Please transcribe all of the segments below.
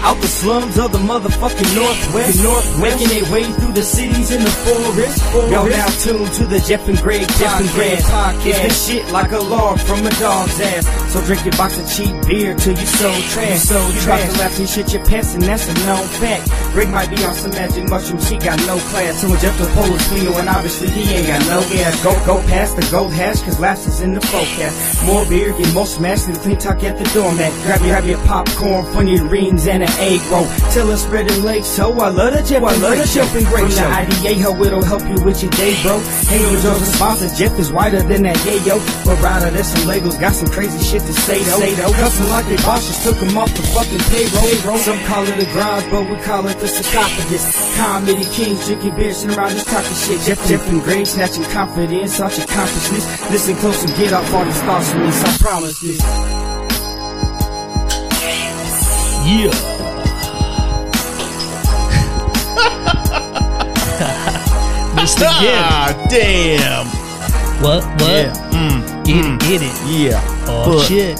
Out the slums of the motherfucking Northwest. Northwest. Making their way through the cities in the forest. Y'all now tuned to the Jeff and Greg Jeff and Greg podcast. It's the shit like a log from a dog's ass. So drink your box of cheap beer till you so trash. So you trash. about to laugh and shit your pants and that's a known fact. Rick might be on some magic mushroom, she got no class. So when Jeff the pole is Cleo and obviously he ain't got no gas. Go, go past the gold hash cause laughs is in the forecast. More beer, get more smashed than clean talk at the doormat. Grab your, grab your popcorn, funny rings and an egg roll. Till us spread the legs, so I love the Jeff I love the Jeff and Greg From show. the IDA, ho, it'll help you with your day, bro. Hey, yo, Joe's a sponsor, Jeff is whiter than that, yeah, yo. But rider, there's some Legos, got some crazy shit to say, though. Say, though. Custom like they bosses took them off the fucking payroll. Some call it a grind, but we call it the sarcophagus. Comedy kings drinking beer, sitting around this type of shit. Jeff, Jeff and Greg snatching confidence out your consciousness. Listen close and get off all these thoughts from this, I promise this. Yeah. Missed again. Ah, damn. What? What? Yeah. Mm, Get it? Get it? Yeah. Oh But- shit!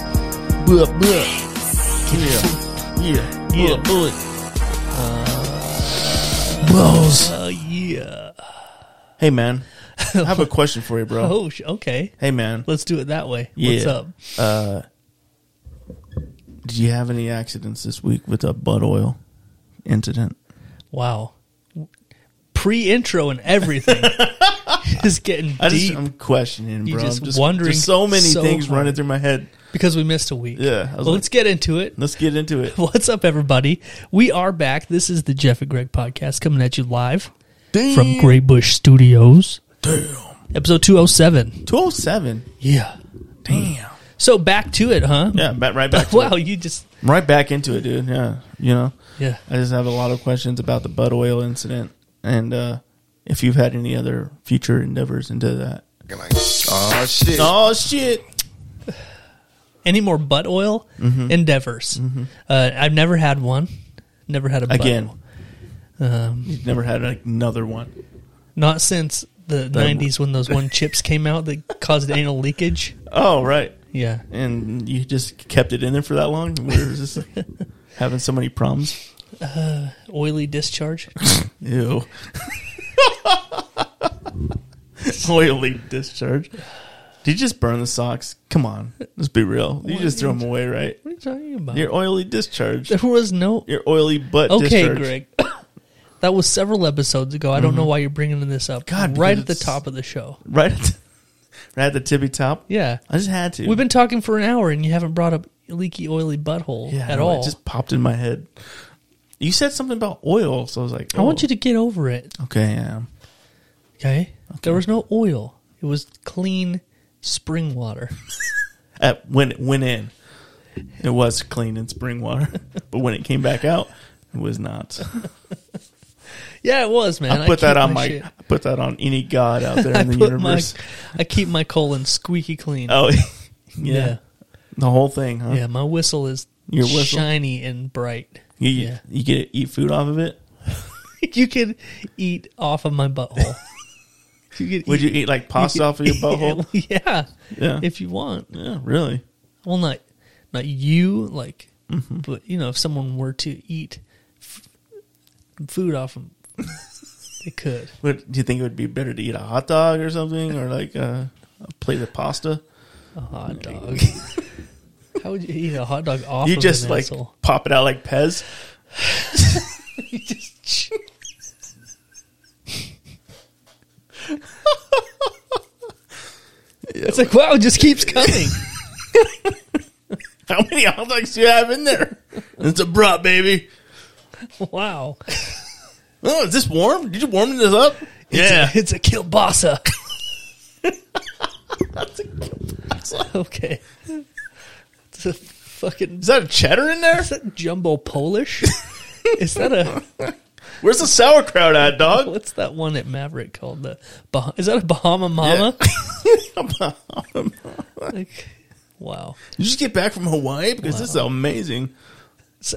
Buh, buh. Yeah. Yeah. Yeah, Buh. bullet. Blows. Oh yeah. Hey, man. I have a question for you, bro. Oh, sh- okay. Hey, man. Let's do it that way. What's Yeah. Uh, up? Did you have any accidents this week with a butt oil incident? Wow. Pre-intro and everything. just getting I just, deep I'm questioning, You bro. just I'm just wondering there's so many so things hard. running through my head. because we missed a week. Yeah, I was Well, like- let's get into it. Let's get into it. What's up, everybody? We are back. This is the Jeff and Greg podcast coming at you live from Grey Bush Studios. Damn. Episode 207. 207. Yeah. Damn. So back to it, huh? Yeah, ba- right back. To Wow, it. you just. I'm right back into it, dude. Yeah, you know. Yeah. I just have a lot of questions about the butt oil incident, and uh, if you've had any other future endeavors into that. Oh shit. Oh shit! Any more butt oil Mm-hmm. endeavors? Uh, I've never had one. Never had a butt Again, oil. you've never had another one. Not since the 90s when those one chips came out that caused anal leakage. Oh right, Yeah. and you just kept it in there for that long. We were just like, having so many problems. Oily discharge. Ew. Oily discharge. Did you just burn the socks? Come on, let's be real. You just threw them away, right? What are you talking about? Your oily discharge. there was no. Your oily butt Okay, discharge. Mm-hmm. Greg. That was several episodes ago. I don't know why you're bringing this up. God, right because at the it's- top of the show. Right at, the, right at the tippy top. Yeah, I just had to. we've been talking for an hour and you haven't brought up leaky, oily butthole yeah, I at know, all. It just popped in my head. You said something about oil, so I was like, I want you to get over it. to. Okay, yeah. Okay? there was no oil. It was clean spring water. At, when it went in, it was clean in spring water, but when it came back out, it was not. yeah, it was, man. I put that keep on my. shit- I put that on any god out there in the put my, universe. I keep my colon squeaky clean. Oh, yeah. yeah. The whole thing, huh? yeah, my whistle is Your whistle? shiny and bright. You, Yeah. you get to eat food off of it. you can eat off of my butthole. you could Would you eat like pasta off of your butthole? yeah, Yeah. if you want. yeah, really. Well, not not you, like, Mm-hmm. but you know, if someone were to eat f- food off of, they could. What do you think it would be better to eat a hot dog or something, or like a, a plate of pasta? A hot dog. How would you eat a hot dog off? you of just an like asshole? pop it out like Pez. You just chew- It's like wow, it just keeps coming. How many hot dogs do you have in there? It's a brat, baby. wow, Oh, is this warm? Did you warm this up? Yeah, it's a kielbasa. Okay, it's a fucking is that a cheddar in there? Is that jumbo Polish? Is that a Where's the sauerkraut at, dog? what's that one at Maverick called? The bah- is that a Bahama Mama? Like, wow, You just get back from Hawaii because this is amazing. is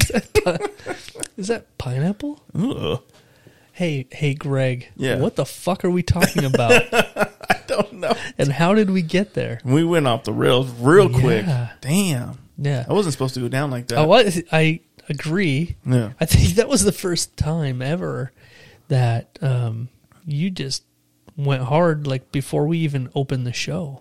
that, is that pi- is that pineapple? Ugh. Hey, hey, Greg. Yeah. What the fuck are we talking about? I don't know. and how did we get there? We went off the rails real quick. Yeah. Damn. Yeah. Oh, I wasn't supposed to go down like that. I was. I agree. Yeah. I think that was the first time ever that um, you just went hard. Like before we even opened the show,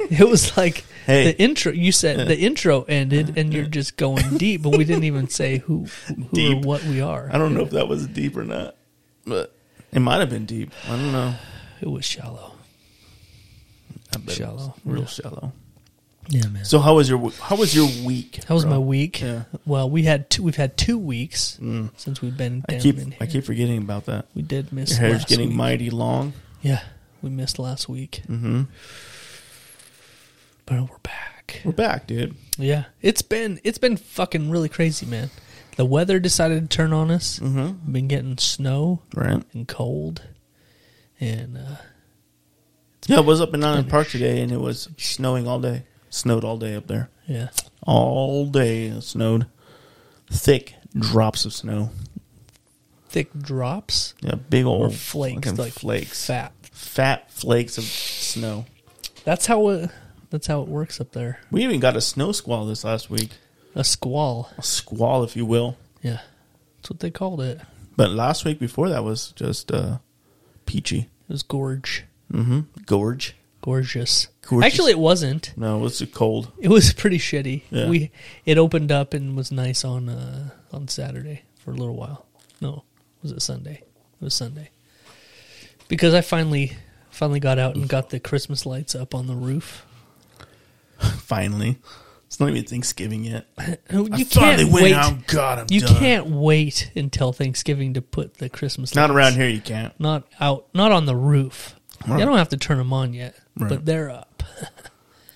it was like Hey. the intro. You said the intro ended, and you're just going deep, but we didn't even say who, who Deep. or what we are. I don't know if that was deep or not, but it might have been deep. I don't know. It was shallow. I bet it Shallow. was real Yeah. shallow. Yeah, man. So how was your w- how was your week? How was bro? my week? Yeah. Mm. Well, we had two, we've had two weeks since we've been I down keep in here. I keep forgetting about that. we did miss. Your hair's last getting week. mighty long. Yeah, we missed last week, Mm-hmm. but we're back. We're back, dude. Yeah, it's been it's been fucking really crazy, man. The weather decided to turn on us. Mhm. Been getting snow Right. and cold, and uh, Yeah, I was up in Island Park today, and it was snowing all day. Snowed all day up there. yeah, All day it snowed. Thick drops of snow. thick drops Yeah, big or old flakes, Oh, fucking like flakes, fat. fat flakes of snow. That's how it, that's how it works up there. We even got a snow squall this last week, A squall. a squall, if you will. Yeah, that's what they called it. It But last week before that was just uh, peachy. was gorge, Mm-hmm. Gorge. gorgeous. Gorgeous. Actually, it wasn't. No, it was too cold. It was pretty shitty. Yeah. We it opened up and was nice on uh, on Saturday for a little while. No, was it Sunday? It was Sunday because I finally finally got out and got the Christmas lights up on the roof. Finally, it's not even Thanksgiving yet. You I finally can't went wait. out. God, I'm you done. can't wait until Thanksgiving to put the Christmas. Not lights- around here. You can't. Not out. Not on the roof. Right. You don't have to turn them on yet, Right. but they're up,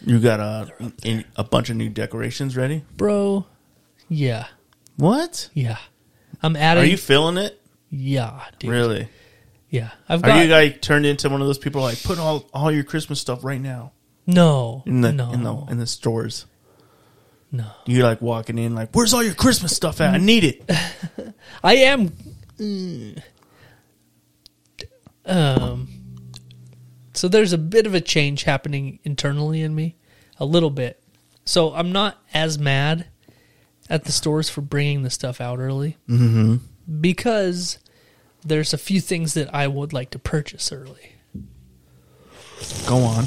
You got a in, a bunch of new decorations ready. bro. Yeah, What? yeah. I'm Are adding. you feeling it? yeah, dude. Really? Yeah, I've got. Are you guys turned into one of those people like put all all your Christmas stuff right now No, in the no, in the in the stores? no. You like walking in like, where's all your Christmas stuff Mm. at? I need it. I am. mm, Um. So there's a bit of a change happening internally in me, a little bit. So I'm not as mad at the stores for bringing the stuff out early mm-hmm. because there's a few things that I would like to purchase early Go on.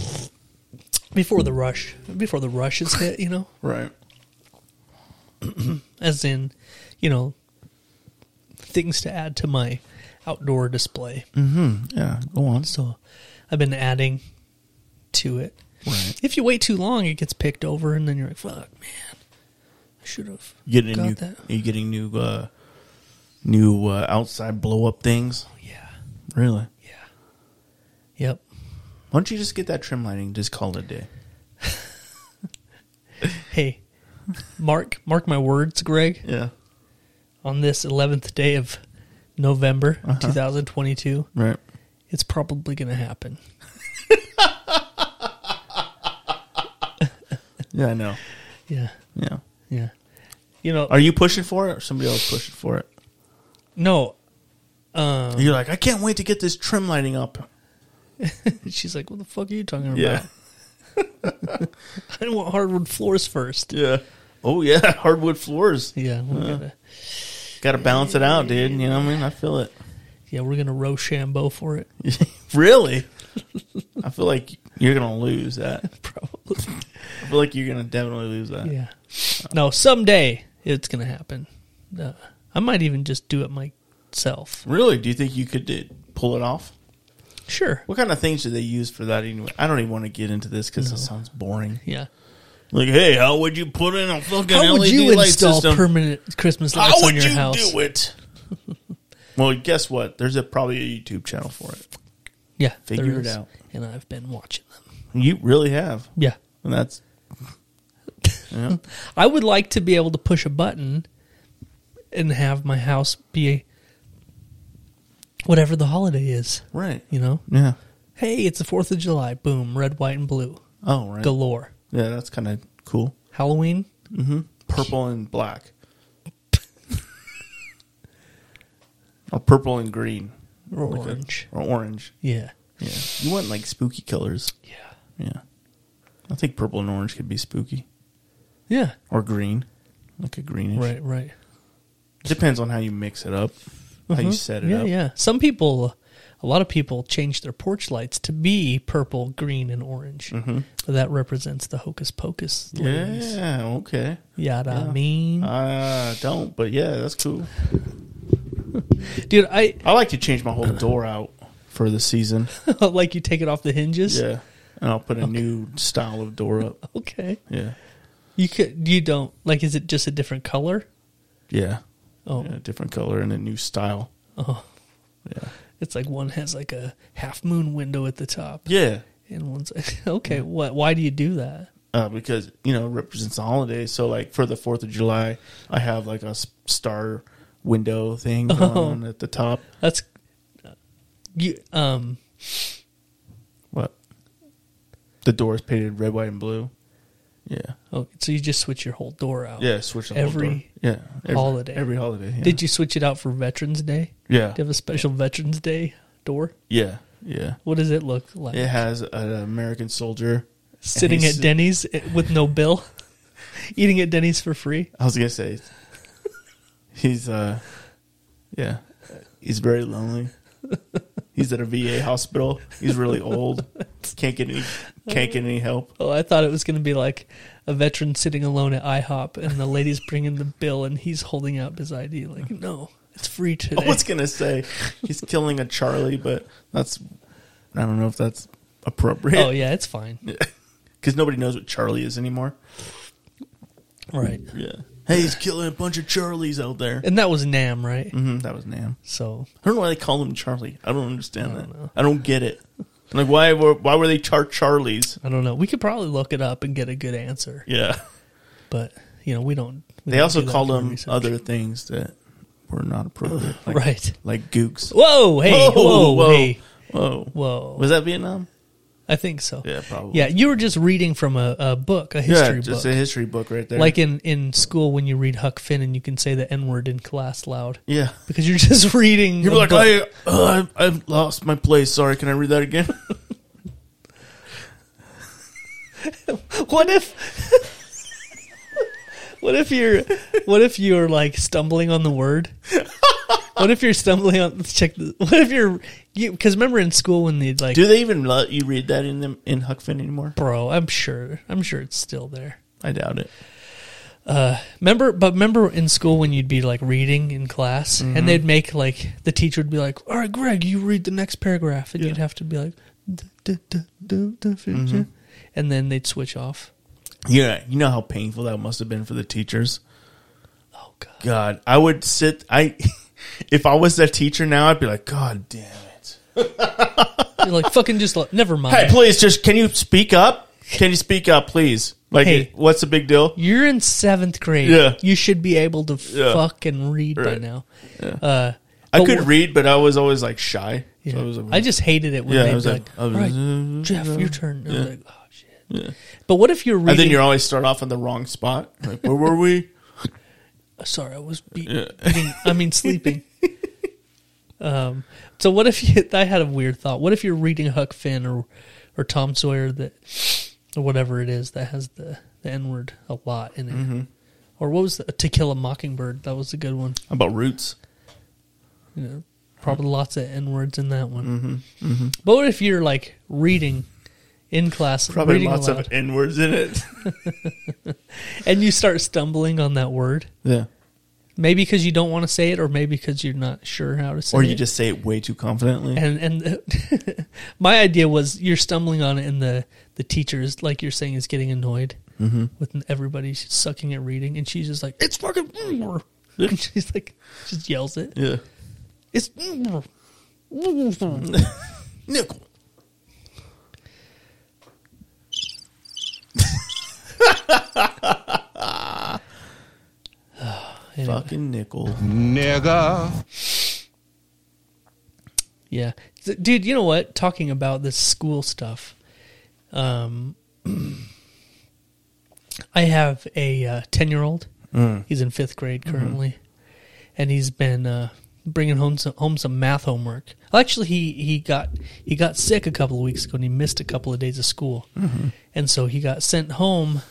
before the rush. Before the rush is hit, you know. Right. as in, you know, things to add to my outdoor display. Yeah. Go on. So I've been adding to it. Right. If you wait too long, it gets picked over, and then you're like, "Fuck, man, I should have You getting got new? that." Are you getting new? uh New uh, outside blow up things. Oh, Yeah, Really? yeah, yep. Why don't you just get that trim lighting? and Just call it a day. Hey, mark mark my words, Greg. Yeah. On this eleventh day of November, Uh-huh. 2022, Right. it's probably going to happen. Yeah, I know. Yeah, Yeah. yeah. You know, Are you pushing for it or somebody else pushing for it? no. You're like, I can't wait to get this trim lighting up. She's like, "What the fuck are you talking about?" Yeah. I want hardwood floors first. Yeah. Oh yeah, hardwood floors. Yeah, we're Uh-huh. gonna Got to balance it out, dude. You know what I mean? I feel it. yeah we're gonna Rochambeau for it really? I feel like you're gonna lose that. probably. I feel like you're gonna definitely lose that. yeah, no, someday it's gonna happen. Uh, I might even just do it myself. Really? Do you think you could uh, pull it off? Sure. What kind of things do they use for that anyway? I don't even want to get into this because No. it sounds boring. Yeah. Like, hey, how would you put in a fucking How would LED you E light install system? permanent Christmas lights on your house? do it? well, guess what? There's a probably a YouTube channel for it. Yeah, Figure there it is. out. And I've been watching them. You really have, Yeah, and that's yeah. I would like to be able to push a button and have my house be whatever the holiday is. right. You know, Yeah. hey, it's the Fourth of July. Boom, red, white, and blue Oh, right. galore. Yeah, that's kind of cool. Halloween, Purple and black, or Oh, purple and green, or Like a- orange. or orange. Yeah, Yeah, you want like spooky colors. yeah. Yeah, I think purple and orange could be spooky. Yeah. or green, like a greenish. Right, right. Depends on how you mix it up, how you set it Uh-huh. yeah, up. yeah. Some people, a lot of people change their porch lights to be purple, green, and orange. So that represents the hocus pocus. ladies. Mm-hmm. Yeah, okay. Yada Yeah. Uh, mean. I don't, but yeah, that's cool. Dude, I I like to change my whole door out for the season. like you take it off the hinges. Yeah. And I'll put a new style of door up. Okay. Yeah. You could you don't like is it just a different color? Yeah. Oh. Yeah, different color and a new style. Oh. Yeah. It's like one has like a half moon window at the top. Yeah. And one's okay, what why do you do that? Uh, because, you know, it represents the holidays. So, like, for the 4th of July, I have like a s- star window thing Oh. going on at the top. That's you um What? The door is painted red, white, and blue. Yeah. oh, so you just switch your whole door out. Yeah. Switch the whole Every door. Yeah. Every holiday. Every holiday. Yeah. Did you switch it out for Veterans Day? Yeah. Do you have a special Veterans Day door? Yeah. Yeah. What does it look like? It has an American soldier Sitting he's- at Denny's eh, with no bill, eating at Denny's for free. I was gonna say he's uh yeah. He's very lonely. He's at a VA hospital. He's really old. Can't get any can't get any help. Oh, I thought it was going to be like a veteran sitting alone at IHOP, and the lady's bringing the bill, and he's holding up his ID, like, "No, it's free today." I was gonna say he's killing a Charlie, but that's I don't know if that's oh appropriate yeah, it's fine. because nobody knows what Charlie is anymore. Right, Yeah. Hey, he's killing a bunch of Charlies out there. and that was Nam, right? hmm that was Nam. So I don't know why they call him Charlie. I don't understand that. I don't get it. Like why were why were they char Charlies? I don't know. We could probably look it up and get a good answer, Yeah. but you know, we don't. we They don't also do that called for them research. other things that were not appropriate. Like, Right. Like gooks. Whoa! Hey! Whoa! whoa, Hey! whoa. Whoa! Was that Vietnam? I think so. Yeah, probably. Yeah, you were just reading from a, a book, a history yeah, just book, a history book right there. like in in school when you read Huck Finn and you can say the N word in class loud. yeah. because you're just reading. You're a like, book. I, uh, I, I've lost my place. Sorry, can I read that again? what if, what if you're, what if you're like stumbling on the word? What if you're stumbling on? Let's check. This. What if you're, you because remember in school when they'd like, Do they even let you read that in them in Huck Finn anymore? bro, I'm sure, I'm sure it's still there. I doubt it. Remember, but remember in school when you'd be like reading in class, Mm-hmm. and they'd make like the teacher would be like, "All right, Greg, you read the next paragraph," and you'd have to be like, "Duh, duh, duh, duh, duh, Mm-hmm. duh," and then they'd switch off. Yeah, you know how painful that must have been for the teachers. Oh god. God, I would sit. I, if I was that teacher now, I'd be like, God damn it. You're like fucking just like, never mind. Hey, please, just can you speak up? Can you speak up, please? Like, Hey. what's the big deal? You're in seventh grade. Yeah. You should be able to Yeah. fucking read by Right. now. Uh, I But could wh- read, but I was always like shy. Yeah. So I I, was like, just hated it when Yeah, I they'd was be like- like, I was- "All right, Jeff, your turn. And I was like, oh, shit. But what if you're reading? and then you always start off on the wrong spot. Like, where were we? Sorry, I was be- eating- I mean, sleeping. um, so what if you? I had a weird thought. What if you're reading Huck Finn or or Tom Sawyer that or whatever it is that has the the N word a lot in it? Mm-hmm. Or what was the, To Kill a Mockingbird? That was a good one. How about roots? you know, probably lots of n words in that one. Mm-hmm. But what if you're like reading in class, Probably reading lots aloud, of N words in it. and you start stumbling on that word? yeah. Maybe because you don't want to say it, or maybe because you're not sure how to say it, Or you just say it way too confidently. and and my idea was you're stumbling on it, and the the teacher is like you're saying is getting annoyed with everybody she's sucking at reading, and she's just like it's fucking. mm." And she's like, just yells it. yeah. It's. mm." Nickel. Anyway. Fucking nickel. Nigga. Yeah, Th- dude. You know what? Talking about this school stuff, um, I have a uh, ten-year-old. Mm. He's in fifth grade Mm-hmm. currently, and he's been uh, bringing home some, home some math homework. Well, actually, he, he got he Mm-hmm. got sick a couple of weeks ago, and he missed a couple of days of school, and so he got sent home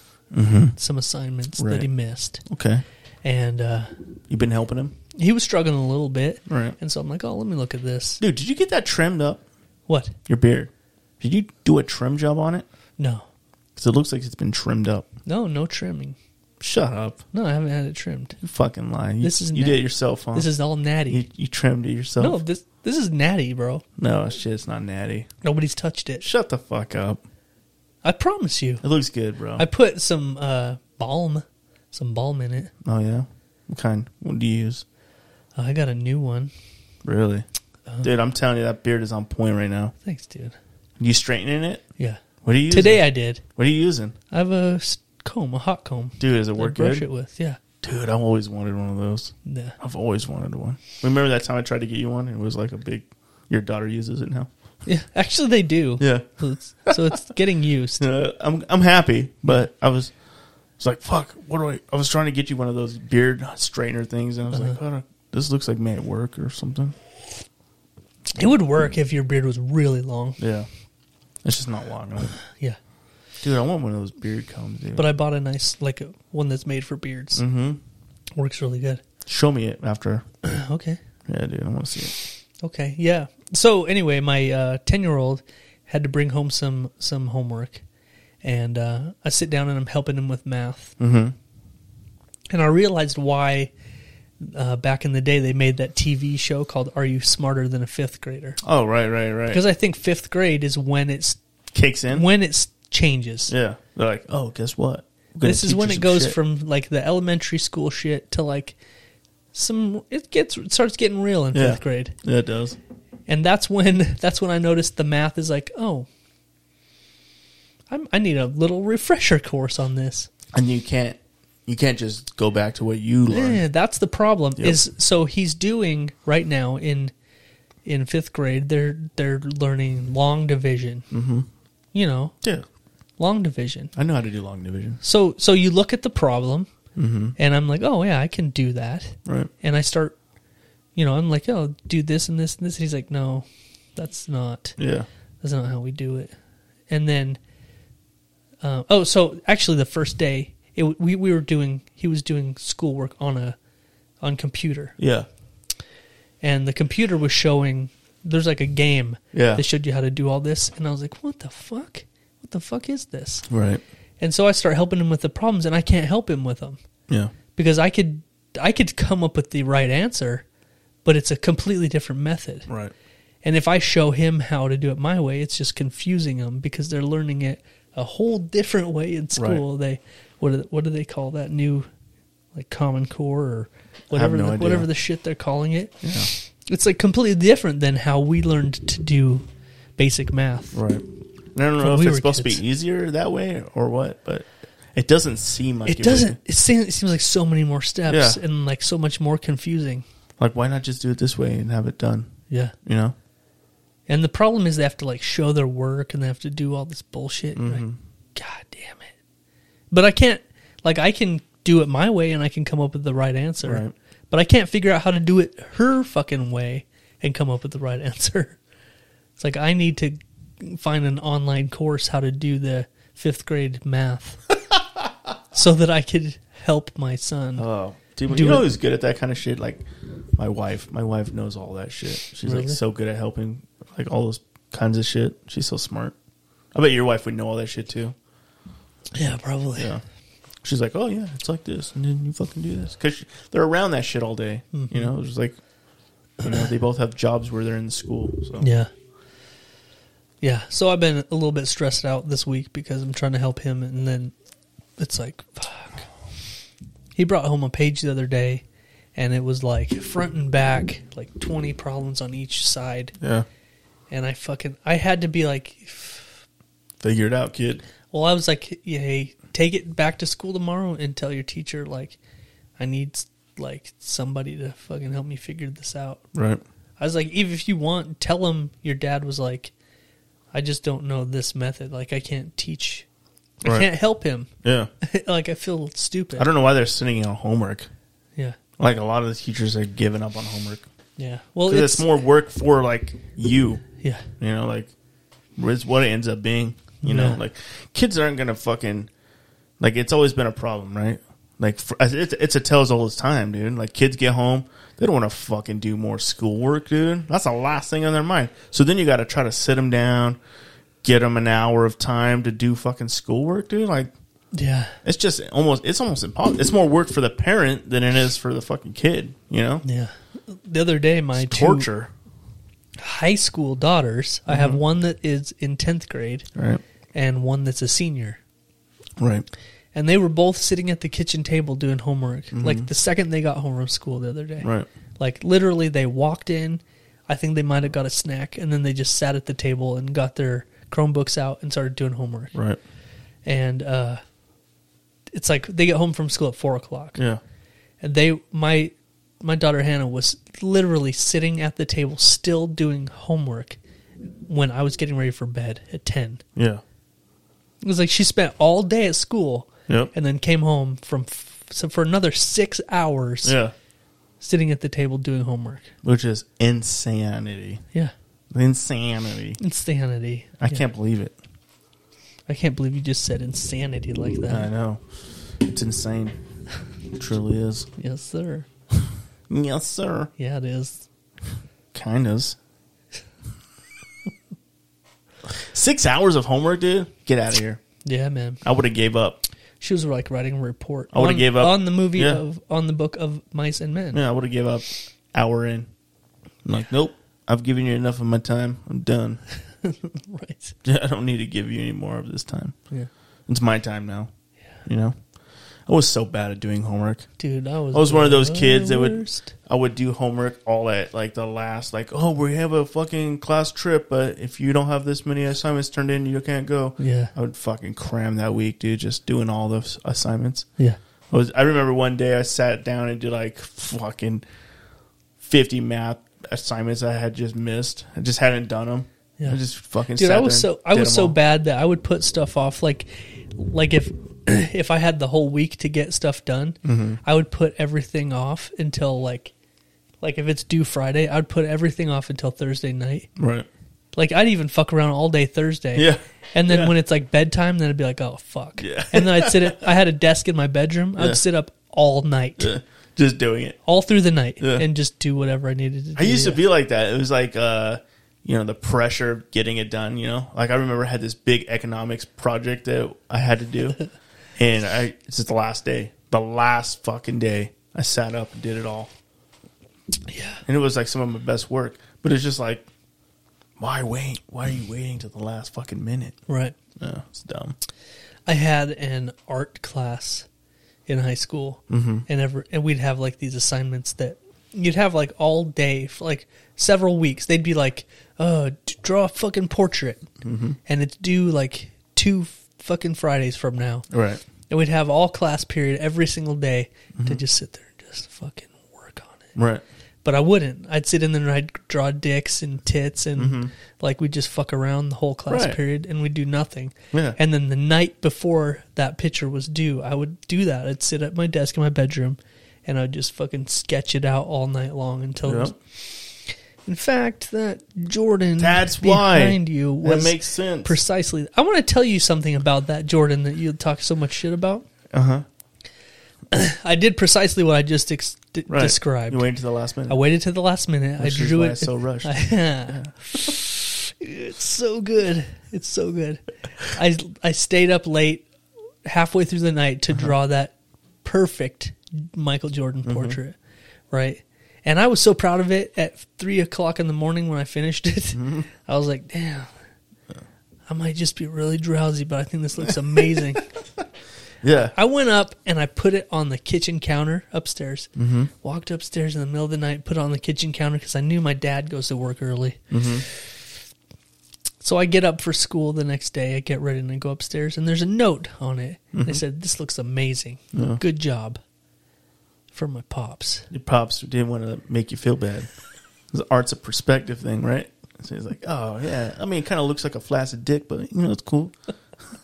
some assignments Right. that he missed, Okay. and uh, You've been helping him? he was struggling a little bit. Right. And so I'm like, oh, let me look at this. Dude, did you get that trimmed up? What? Your beard. Did you do a trim job on it? No, Because it looks like it's been trimmed up. no, no trimming. Shut up. No, I haven't had it trimmed. You fucking lying. You, This is you na- did it yourself, huh? This is all you, natty. you trimmed it yourself. No, this this is natty, bro. No, shit, it's not natty. Nobody's touched it. Shut the fuck up. I promise you. It looks good, bro. I put some uh, balm, some balm in it. oh yeah. What kind? What do you use? Uh, I got a new one. Really? Uh. Dude, I'm telling you, that beard is on point right now. Thanks, dude. You straightening it? Yeah. What are you using? Today I did. What are you using? I have a s- comb, a hot comb. Dude, does it to work brush good? it with. Yeah. Dude, I've always wanted one of those. Nah. I've always wanted one. Remember that time I tried to get you one? It was like a big. Your daughter uses it now. Yeah. Actually, they do. Yeah. So it's, so it's getting used. Uh, I'm I'm happy, but I was it's like fuck. What do I? I was trying to get you one of those beard straightener things, and I was like, Uh-huh. "What a- this looks like may it work or something. It would work if your beard was really long. Yeah, it's just not long enough, Yeah. dude. I want one of those beard combs, dude. But I bought a nice, like, a, one that's made for beards. mm-hmm. Works really good. show me it after. okay. Yeah, dude, I want to see it. Okay. Yeah. So anyway, my ten year old had to bring home some some homework, and uh, I sit down and I'm helping him with math. Mm-hmm. And I realized why uh, back in the day they made that TV show called "Are You Smarter Than a Fifth Grader?" Oh, right, right, right. Because I think fifth grade is when it's Kicks in. when it's changes. yeah, they're like, oh, guess what? We're gonna This teach is you when some it goes shit." from like the elementary school shit to like some. It gets it starts getting real in Yeah. fifth grade. Yeah, it does. and that's when that's when I noticed the math is like, oh, I'm, I need a little refresher course on this. And you can't you can't just go back to what you learned. Yeah, Eh, that's the problem. Yep. Is so he's doing right now in in fifth grade. They're they're learning long division. Mm-hmm. You know, Yeah, long division. I know how to do long division. So so you look at the problem, and I'm like, oh yeah, I can do that. Right. And I start, you know, I'm like, oh, do this and this and this. And he's like, no, that's not. Yeah. That's not how we do it. And then, uh, oh, so actually, the first day it, we we were doing he was doing schoolwork on a on computer, Yeah. and the computer was showing there's like a game Yeah. that showed you how to do all this, and I was like, what the fuck, what the fuck is this? Right. And so I start helping him with the problems, and I can't help him with them Yeah. because I could I could come up with the right answer, but it's a completely different method. Right. And if I show him how to do it my way, it's just confusing them because they're learning it a whole different way in school. They what do, what do they call that new like Common Core or whatever no the, idea. whatever the shit they're calling it. It's like completely different than how we learned to do basic math. Right. And I don't know When if we it's were supposed kids. to be easier that way or what, but it doesn't seem like It would doesn't. be. It seems, it seems like so many more steps Yeah. and like so much more confusing. Like, why not just do it this way and have it done? Yeah. You know? And the problem is they have to like show their work and they have to do all this bullshit. You're Mm-hmm. Like, God damn it. But I can't like I can do it my way and I can come up with the right answer. Right. But I can't figure out how to do it her fucking way and come up with the right answer. It's like I need to find an online course how to do the fifth grade math so that I could help my son. Oh. Dude, Do you know it. who's good at that kind of shit? Like, my wife. My wife knows all that shit. She's Really? like so good at helping, like all those kinds of shit. She's so smart. I bet your wife would know all that shit too. yeah, probably. Yeah. She's like, oh yeah, it's like this, and then you fucking do this because they're around that shit all day. Mm-hmm. You know, it's just like, you know, they both have jobs where they're in school. So Yeah. Yeah. So I've been a little bit stressed out this week because I'm trying to help him, and then it's like, fuck. He brought home a page the other day, and it was like front and back, like 20 problems on each side. yeah, And I fucking, I had to be like, f- figure it out, kid. well, I was like, hey, take it back to school tomorrow and tell your teacher, like, I need, like, somebody to fucking help me figure this out. Right. I was like, even if you want, tell him your dad was like, I just don't know this method. Like, I can't teach. I Right. can't help him. Yeah. like, I feel stupid. I don't know why they're sending out homework. Yeah. Like a lot of the teachers are giving up on homework Yeah. Well, 'Cause it's, it's more work for like you. Yeah. You know, like it's what it ends up being. You Yeah. know, like kids aren't gonna fucking Like it's always been a problem, right? Like for, it's it's a tells all this time, dude. Like kids get home, they don't want to fucking do more schoolwork, dude. That's the last thing on their mind. So then you got to try to sit them down, get them an hour of time to do fucking schoolwork, dude. Like Yeah. it's just almost it's almost impossible. It's more work for the parent than it is for the fucking kid. You know, Yeah. The other day, my two torture. Mm-hmm. high school daughters, I have one that is in 10th grade Right, and one that's a senior. right. And they were both sitting at the kitchen table doing homework. Like the second they got home from school the other day. Mm-hmm. Right. Like literally, they walked in. I think they might have got a snack and then they just sat at the table and got their Chromebooks out and started doing homework. Right. And uh, it's like they get home from school at four o'clock. Yeah. And they my my daughter Hannah was literally sitting at the table still doing homework when I was getting ready for bed at ten. Yeah. It was like she spent all day at school Yep. and then came home from f- so for another six hours Yeah. sitting at the table doing homework. Which is insanity. Yeah, Insanity. insanity. I Yeah. can't believe it. I can't believe you just said insanity like I that. know. It's insane. It truly is. Yes, sir. Yes, sir. Yeah, it is. Kind of. Six hours of homework, dude. Get out of here. Yeah, man. I would have gave up. She was like writing a report. I would've on- gave up. on the movie Yeah. of on the book of mice and men. Yeah, I would have gave up. Hour in. I'm like, nope. I've given you enough of my time. I'm done. Right. Yeah, I don't need to give you any more of this time. Yeah, It's my time now. You know, I was so bad at doing homework. dude, I was. I was one of those the kids that would worst. I would do homework all at like the last like oh we have a fucking class trip but if you don't have this many assignments turned in you can't go. Yeah. I would fucking cram that week, dude, just doing all those assignments. Yeah. I was I remember one day I sat down and did like fucking 50 math assignments I had just missed. I just hadn't done them. Yeah. I just fucking Dude, sat I was there so and I did was 'em so all. bad that I would put stuff off. Like, like if if I had the whole week to get stuff done, Mm-hmm. I would put everything off until like, like if it's due Friday, I'd put everything off until Thursday night. Right. Like I'd even fuck around all day Thursday. Yeah. And then Yeah. when it's like bedtime, then I'd be like, oh fuck. Yeah. And then I'd sit. At, I had a desk in my bedroom. I'd Yeah. sit up all night, Just doing it. all through the night, Yeah. and just do whatever I needed to do. I used to be like that. It was like, uh, you know, the pressure of getting it done. You know, like I remember I had this big economics project that I had to do, and I it's just the last day, the last fucking day. I sat up and did it all, Yeah. and it was like some of my best work. But it's just like, why wait? Why are you waiting till the last fucking minute? Right. No, it's dumb. I had an art class in high school, Mm-hmm. and ever and we'd have like these assignments that you'd have like all day for like several weeks. They'd be like, "Oh, d- draw a fucking portrait," Mm-hmm. and it's due like two f- fucking Fridays from now, Right. and we'd have all class period every single day Mm-hmm. to just sit there and just fucking work on it. Right. But I wouldn't. I'd sit in there and I'd draw dicks and tits and like we'd just fuck around the whole class Mm-hmm. Right. period and we'd do nothing. Yeah. And then the night before that picture was due, I would do that. I'd sit at my desk in my bedroom and I'd just fucking sketch it out all night long until it was, Yep. in fact that Jordan That's why. behind you That was makes sense. precisely I want to tell you something about that Jordan that you talk so much shit about. Uh-huh. I did precisely what I just ex- d- right. described. You waiting till the last minute. I waited to the last minute. Which I is drew why it. I so rushed. It's so good. It's so good. I I stayed up late, halfway through the night, Uh-huh. to draw that perfect Michael Jordan Mm-hmm. portrait, right? And I was so proud of it. At three o'clock in the morning, when I finished it, Mm-hmm. I was like, "Damn, I might just be really drowsy, but I think this looks amazing." yeah. I went up and I put it on the kitchen counter upstairs. Mm-hmm. Walked upstairs in the middle of the night, put it on the kitchen counter because I knew my dad goes to work early. So I get up for school the next day. I get ready and I go upstairs, and there's a note on it. They said, "This looks amazing. Good job." For my pops, Your pops didn't want to make you feel bad. The art's a perspective thing, right? So he's like, "Oh yeah, I mean, it kind of looks like a flaccid dick, but you know, it's cool."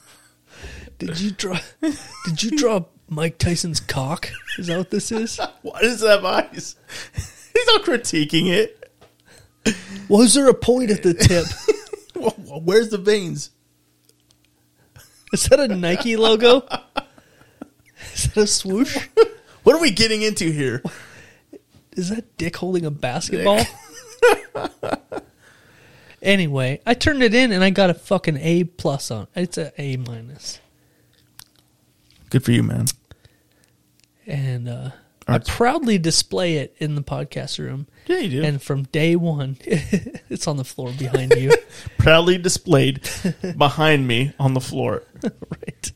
did you draw? did you draw Mike Tyson's cock? Is that what this is? Why does that have eyes? he's not critiquing it. Was there a point at the tip? Where's the veins? Is that a Nike logo? Is that a swoosh? What are we getting into here? Is that dick holding a basketball? anyway, I turned it in and I got a fucking A plus on. It's a A minus, Good for you, man. and uh, I Alright. proudly display it in the podcast room. Yeah, you do. And from day one, it's on the floor behind you. Proudly displayed behind me on the floor. right.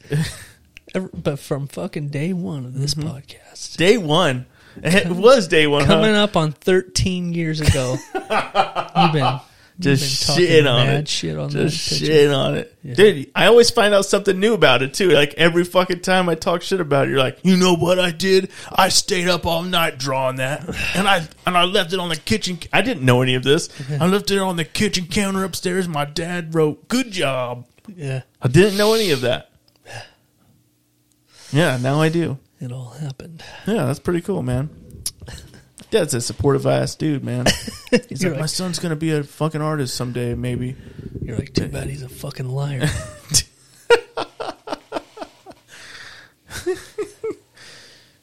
Ever- But from fucking day one of Mm-hmm. this podcast, Day one. It was day one. huh? coming up on 13 years ago, you've been just been talking shit on mad it. shit on just that picture. shit on it, dude. I always find out something new about it too. Like every fucking time I talk shit about it, you're like, you know what I did? I stayed up all night drawing that, and I and I left it on the kitchen. I didn't know any of this. I left it on the kitchen counter upstairs. My dad wrote, "Good job." yeah, I didn't know any of that. Yeah, now I do. it all happened. Yeah, that's pretty cool, man. Dad's a supportive ass dude, man. He's You're like, like- my son's gonna be a fucking artist someday, maybe. You're like, too bad he's a fucking liar.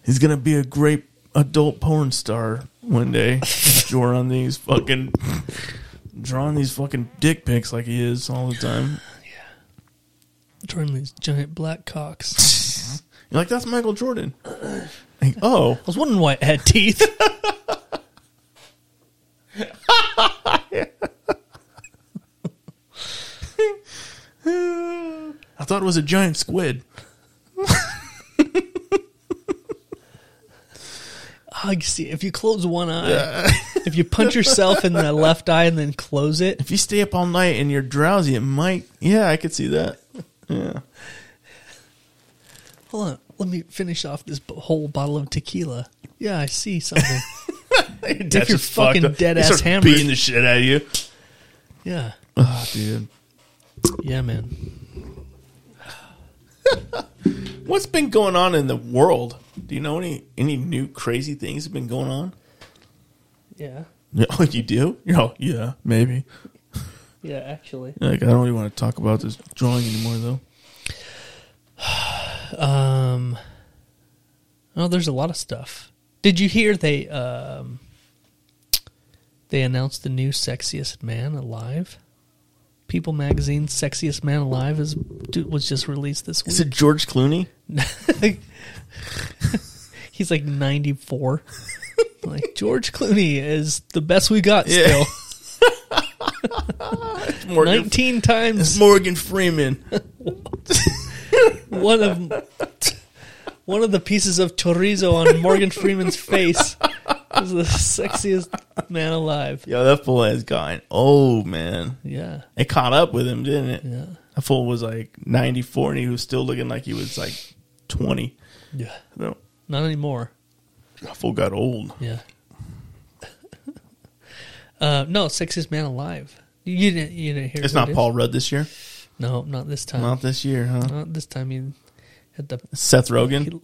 He's gonna be a great adult porn star one day, drawing these fucking, drawing these fucking dick pics like he is all the time. Turn these giant black cocks. You're like, that's Michael Jordan. Like, oh, I was wondering why it had teeth. I thought it was a giant squid. I see. If you close one eye, if you punch yourself in the left eye and then close it, If you stay up all night and you're drowsy, it might. Yeah, I could see that. Yeah, hold on. Let me finish off this b- whole bottle of tequila. Yeah, I see something. if you're fucking dead-ass hammered. beating the shit out of you. yeah. Oh, dude. Yeah, man. What's been going on in the world? Do you know any any new crazy things have been going on? Yeah. Oh, you do? Oh, yeah, maybe. Yeah, actually. Like, I don't even want to talk about this drawing anymore, though. Um Oh, there's a lot of stuff. Did you hear they um they announced the new sexiest man alive? People magazine's sexiest man alive is dude, was just released this week. Is it George Clooney? He's like 94. like George Clooney is the best we got Yeah. still. Morgan, 19 times Morgan Freeman. one of one of the pieces of chorizo on Morgan Freeman's face is the sexiest man alive. Yo, that fool has gotten old, man. Yeah, It caught up with him, didn't it? yeah, That fool was like 94 and he was still looking like he was like 20. yeah. No, Not anymore. that fool got old. Yeah. Uh, no, sexiest man alive. You, you didn't. You didn't hear. It's who it not is? Paul Rudd this year. No, not this time. Not this year, huh? Not this time. You had the. Seth Rogen. he-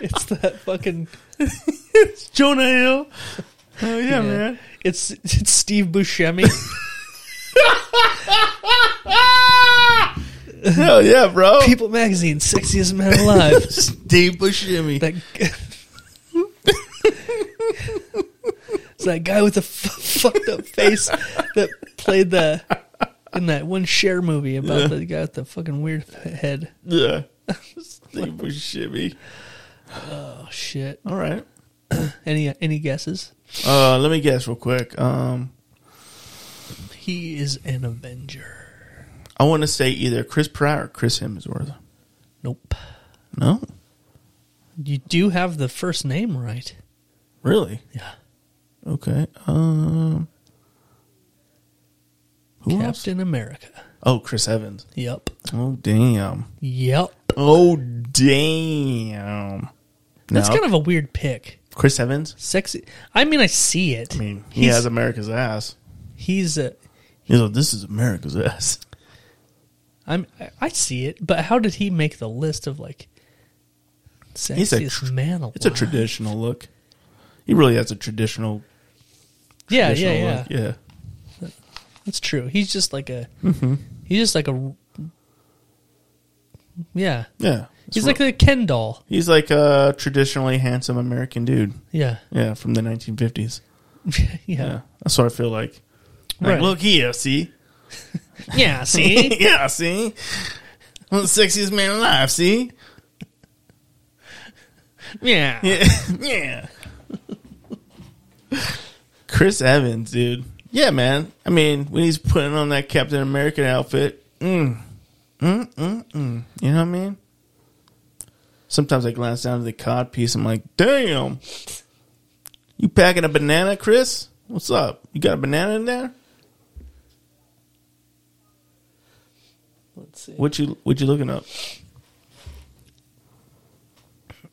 it's that fucking. Jonah Hill. Oh yeah, Yeah. man. It's it's Steve Buscemi. Hell yeah, bro. People Magazine, sexiest man alive. Steve Buscemi. that g- it's that guy with the f- fucked up face that played the in that one share movie about the guy with the fucking weird head. yeah. Steve Buscemi. Oh shit! All right. Any any guesses? Uh, let me guess real quick. Um, He is an Avenger. I want to say either Chris Pratt or Chris Hemsworth. Nope. No, You do have the first name right. really? Yeah. Okay. Um, who else? Captain America. Oh, Chris Evans. Yep. Oh damn. Yep. Oh damn. That's no. kind of a weird pick. Chris Evans. Sexy. I mean, I see it. I mean, he He's- has America's ass. He's a. He's like, this is America's ass. I'm I- I see it, but how did he make the list of like sexiest a tr- man alive? It's a traditional look. He really has a traditional. Yeah, yeah, traditional yeah, Look. Yeah. Mm-hmm. That's true. He's just like a he's just like a Yeah. Yeah. It's He's real- like a Ken doll. he's like a traditionally handsome American dude. Yeah. Yeah, from the 1950s. yeah. Yeah, Yeah. that's what I feel like. Like, Right. Eh? look here, see? see? yeah, see? I'm the sexiest man alive, see? yeah. Yeah. yeah. Chris Evans, dude. Yeah, man. I mean, when he's putting on that Captain American outfit, mm, mm, mm, mm. You know what I mean? Sometimes I glance down to the cod piece. I'm like, damn. You packing a banana, Chris? What's up? You got a banana in there? Let's see. What you what you looking up?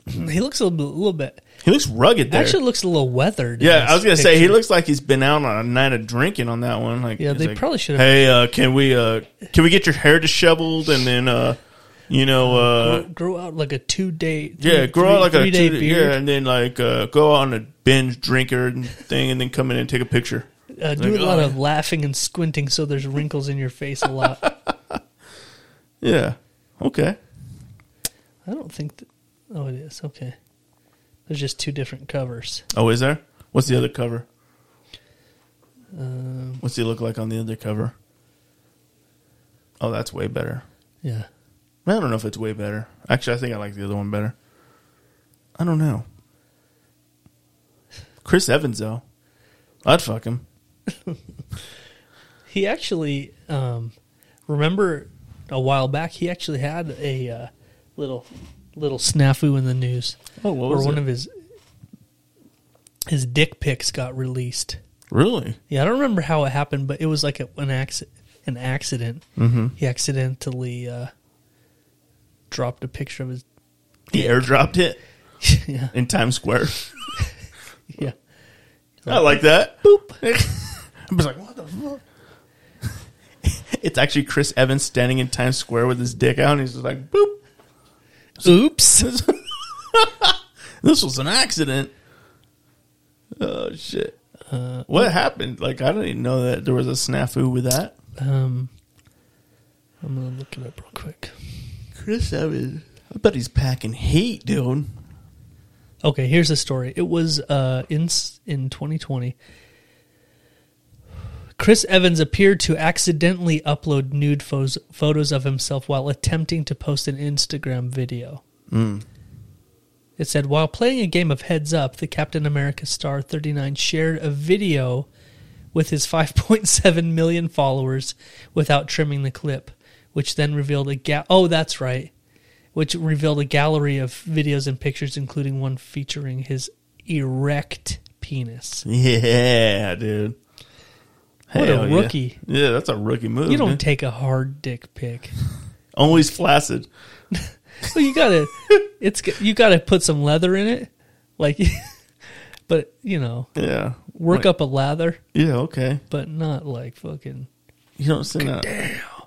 He looks a little, little bit. He looks rugged there. Actually, looks a little weathered. in yeah, this I was gonna say he picture. looks like he's been out on a night of drinking on that one. Like, Yeah, he's they like, probably should have. Hey, uh, can we uh, can we get your hair disheveled and then uh, you know uh, grow out like a two day. yeah, grow out like a day two- yeah, beard. and then like uh, go on a binge drinker and thing and then come in and take a picture. uh, do Like, a lot oh, of laughing and squinting so there's wrinkles in your face a lot. Yeah, okay. I don't think. That, oh, it is okay. There's just two different covers. Oh, is there? What's the other cover? Um, What's he look like on the other cover? Oh, that's way better. yeah, I don't know if it's way better. Actually, I think I like the other one better. I don't know. Chris Evans, though. I'd fuck him. he actually. Um, remember a while back, he actually had a uh, little little snafu in the news. Oh, what where was one it? of his his dick pics got released. Really? Yeah, I don't remember how it happened, but it was like a, an accident. An accident. Mm-hmm. He accidentally uh, dropped a picture of his. He airdropped it yeah, in Times Square. yeah. I like that. Boop. I was like, what the fuck? it's actually Chris Evans standing in Times Square with his dick out, and he's just like, boop. Oops. This was an accident. Oh, shit. Uh, what happened? Like, I didn't even know that there was a snafu with that. Um, I'm gonna look it up real quick. Chris Evans. I bet he's packing heat, dude. Okay, here's the story. It was uh, in in 2020. Chris Evans appeared to accidentally upload nude photos photos of himself while attempting to post an Instagram video. It said while playing a game of Heads Up, the Captain America star 39 shared a video with his 5.7 million followers without trimming the clip, which then revealed a ga- oh that's right, which revealed a gallery of videos and pictures, including one featuring his erect penis. Yeah, dude. What a Hell yeah. rookie. Yeah. that's a rookie move. You don't man. take a hard dick pic. always flaccid. Well, you gotta, it's g- you gotta put some leather in it, like, but you know, Yeah, work Like, up a lather, Yeah, okay. but not like fucking You don't send that.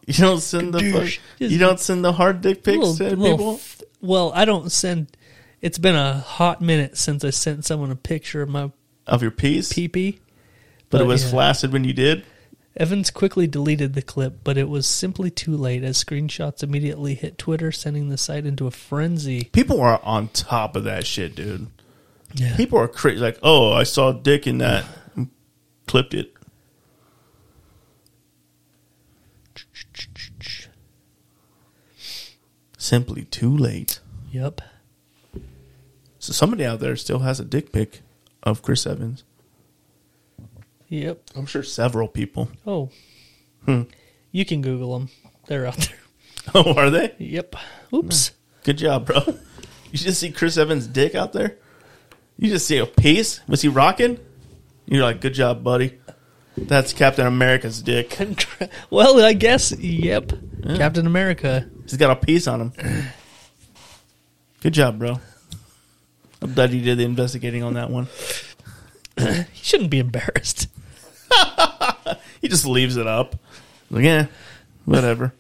You don't send the. Kadoosh. fuck- you don't send the hard dick pics little, to little people. f- Well, I don't send. It's been a hot minute since I sent someone a picture of my of your piece, pee pee. but it was yeah. flaccid when you did. Evans quickly deleted the clip, but it was simply too late as screenshots immediately hit Twitter, sending the site into a frenzy. People are on top of that shit, dude. Yeah. People are crazy. Like, oh, I saw dick in that, clipped it. Simply too late. Yep. So somebody out there still has a dick pic of Chris Evans. Yep. I'm sure several people. Oh. You can Google them. They're out there. Oh, are they? Yep. Oops. Good job, bro. You just see Chris Evans' dick out there. You just see a piece. Was he rocking? You're like, good job, buddy. That's Captain America's dick. Congra- well, I guess. Yep. Captain America. He's got a piece on him. Good job, bro. I'm glad you did the investigating on that one. He shouldn't be embarrassed. He just leaves it up. Like, yeah, whatever.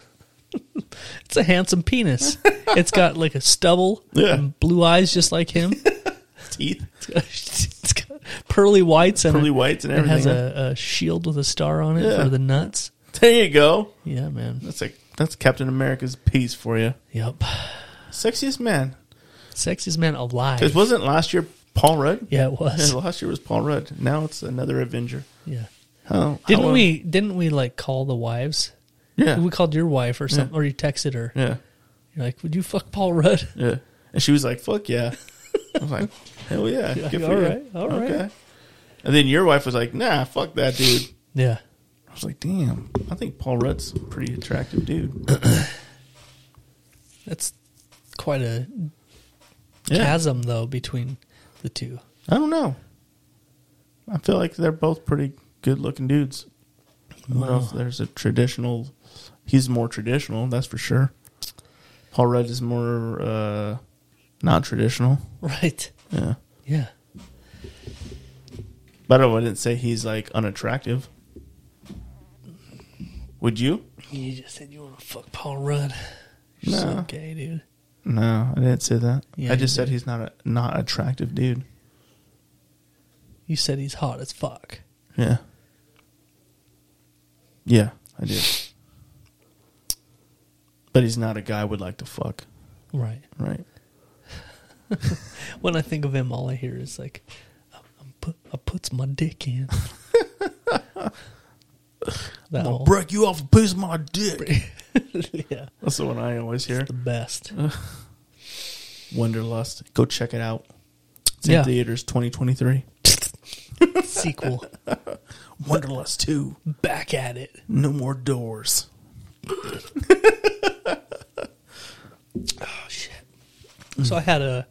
It's a handsome penis. it's got like a stubble Yeah. and blue eyes just like him. Teeth, It's got, it's got pearly whites and a- pearly whites, and It everything. has a, a shield with a star on it Yeah. for the nuts. there you go. Yeah, man. That's a That's Captain America's piece for you. Yep. Sexiest man. Sexiest man alive. It wasn't last year Paul Rudd. yeah, it was. Yeah, last year was Paul Rudd. Now it's another Avenger. Yeah. Oh, Didn't how- we? Didn't we like call the wives? Yeah, We called your wife or something, or you texted her. yeah, You're like, "Would you fuck Paul Rudd?" yeah. And she was like, "Fuck yeah!" I was like, "Hell yeah!" Yeah, Good for all you. right, all right. And then your wife was like, "Nah, fuck that dude." Yeah. I was like, "Damn, I think Paul Rudd's a pretty attractive dude." That's quite a Yeah. chasm, though, between the two. I don't know. I feel like they're both pretty good looking dudes. I don't know if there's a traditional. He's more traditional, that's for sure. Paul Rudd is more uh, non traditional. Right. Yeah. Yeah. But I wouldn't say he's like unattractive. Would you? You just said you want to fuck Paul Rudd. You're No. so gay, dude. No, I didn't say that. Yeah, I you just said did. he's not a not attractive dude. You said he's hot as fuck. Yeah. Yeah, I did. But he's not a guy I would like to fuck, Right. right? When I think of him, all I hear is like, I, I'm put, I puts my dick in. that whole, break you off a piece of my dick. yeah, That's the one I always hear. the best. Wonderlust. Go check it out. It's in Yeah. theaters 2023. Sequel, Wonderlust 2. back at it. No more doors. Oh shit! So I had a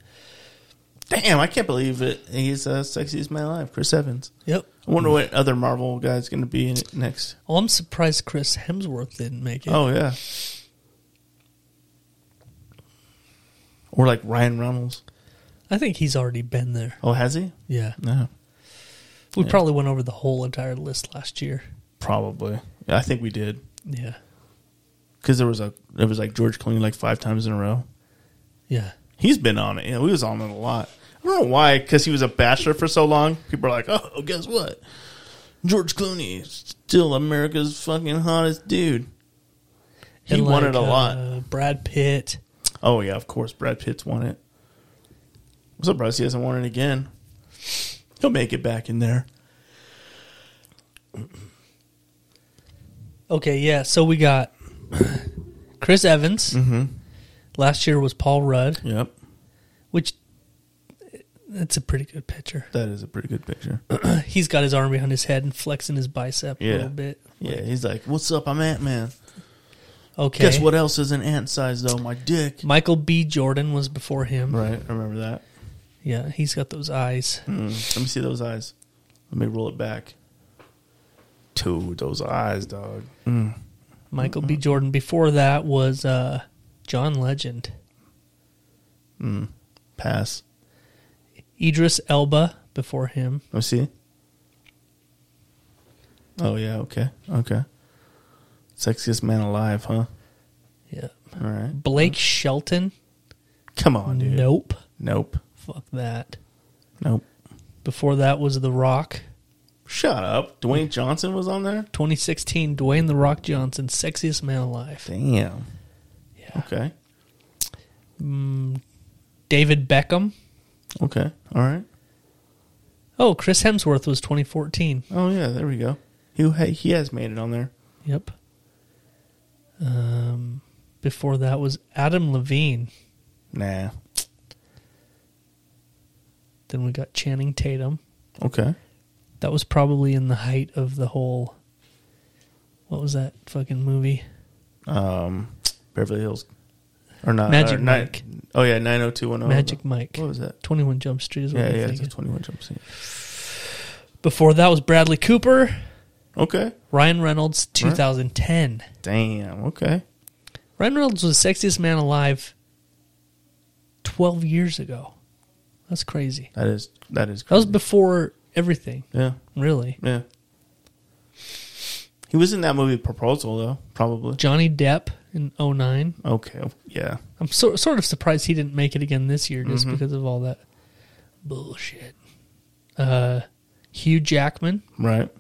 Damn, I can't believe it. He's uh, sexiest man alive, Chris Evans. yep. I wonder what other Marvel guy's going to be in it next. Well, I'm surprised Chris Hemsworth didn't make it. Oh yeah, or like Ryan Reynolds. I think he's already been there. Oh, has he? Yeah, No, we probably went over the whole entire list last year. probably. Yeah, I think we did Yeah, because there was a there was like George Clooney like five times in a row. yeah. He's been on it. Yeah, we was on it a lot. I don't know why, because he was a bachelor for so long. People are like, oh, guess what? George Clooney is still America's fucking hottest dude. He And, won like, it a lot. uh, Brad Pitt. Oh yeah, of course. Brad Pitt's won it. I'm surprised he hasn't won it again. He'll make it back in there. Okay, yeah. So we got Chris Evans. Mm-hmm. Last year was Paul Rudd, Yep, which that's a pretty good picture. that is a pretty good picture. He's got his arm behind his head and flexing his bicep a Yeah. little bit. yeah, he's like, "What's up? I'm Ant Man. Okay. Guess what else is an ant size though? My dick." Michael B. Jordan was before him. Right, I remember that. Yeah, he's got those eyes. Mm, Let me see those eyes. Let me roll it back. Two those eyes, dog. Michael B. Jordan. Before that was uh, John Legend. Pass. Idris Elba before him. Let me see. Oh yeah, okay, okay. Sexiest man alive, huh? Yeah. All right. Blake Shelton. Come on, dude. Nope. Nope. Fuck that. Nope. Before that was The Rock. Shut up. Dwayne Johnson was on there? 2016, Dwayne The Rock Johnson, sexiest man alive. Damn. Yeah. Okay. Mm, David Beckham. Okay. All right. Oh, Chris Hemsworth was 2014. Oh yeah, there we go. He hey, he has made it on there. Yep. Um, before that was Adam Levine. Nah. Then we got Channing Tatum. Okay. That was probably in the height of the whole. What was that fucking movie? Um Beverly Hills or not Magic or nine- Mike. Oh yeah, 90210. Magic Mike. What was that? 21 Jump Street is what Yeah, I'm yeah, it's thinking. a 21 jump scene. Before that was Bradley Cooper, Okay. Ryan Reynolds, 2010. Damn. Okay. Ryan Reynolds was the sexiest man alive 12 years ago. That's crazy. That is that is That was crazy. before everything, Yeah. really. Yeah. He was in that movie Proposal though, probably. Johnny Depp in 09. Okay. Yeah. I'm so, sort of surprised he didn't make it again this year just because of all that bullshit. Uh, Hugh Jackman, Right.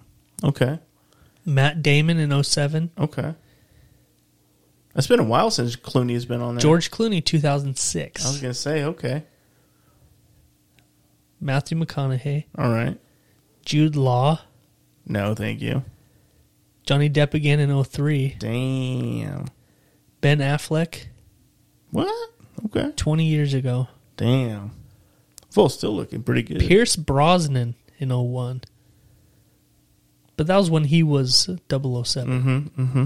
Okay. oh Matt Damon in 07. Okay. It's been a while since Clooney has been on there. George Clooney, I was 2006. gonna say okay, Matthew McConaughey, all right. Jude Law, No, thank you. Johnny Depp again in 03, Damn. Ben Affleck, What? Okay. 20 years ago, Damn. Full still looking pretty good. Pierce Brosnan in 01. But that was when he was oh 7 Mm-hmm. Mm-hmm.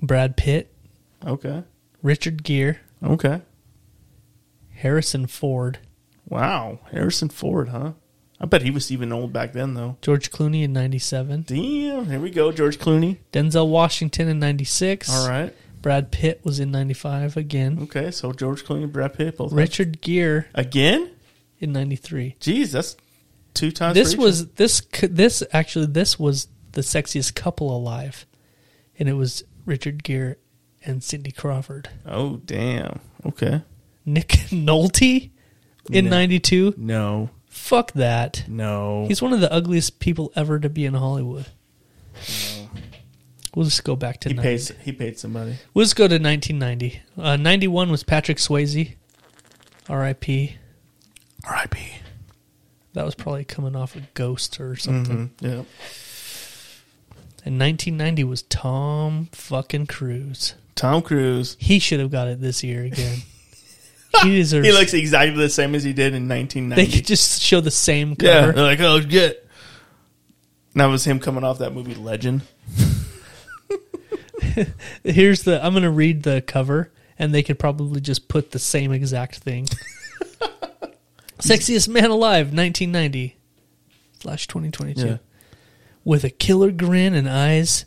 Brad Pitt, Okay. Richard Gere, Okay. Harrison Ford, Wow. Harrison Ford, huh? I bet he was even old back then though. George Clooney in 97, Damn. Here we go, George Clooney. Denzel Washington in 96. All right. Brad Pitt was in 95 again. Okay. So George Clooney, Brad Pitt, both Richard Gere again. in 93. Jeez, that's two times. this for each was this c- this actually this was the sexiest couple alive, and it was Richard Gere and Cindy Crawford. of- Oh damn. Okay. Nick Nolte in No. '92. No. Fuck that. No. He's one of the ugliest people ever to be in Hollywood. We'll just go back to he 90. paid. He paid somebody. We'll just go to 1990. Uh, 91 was Patrick Swayze, R.I.P. R.I.P. That was probably coming off a Ghost or something. Mm-hmm. Yeah. Mm-hmm. And 1990 was Tom fucking Cruise. Tom Cruise. He should have got it this year again. he deserves. He looks exactly the same as he did in they 1990. could just show the same yeah. cover. They're like, oh shit. And That was him coming off that movie Legend. Here's the. I'm gonna read the cover, and they could probably just put the same exact thing. Sexiest man alive, 1990 slash 2022, Yeah. with a killer grin and eyes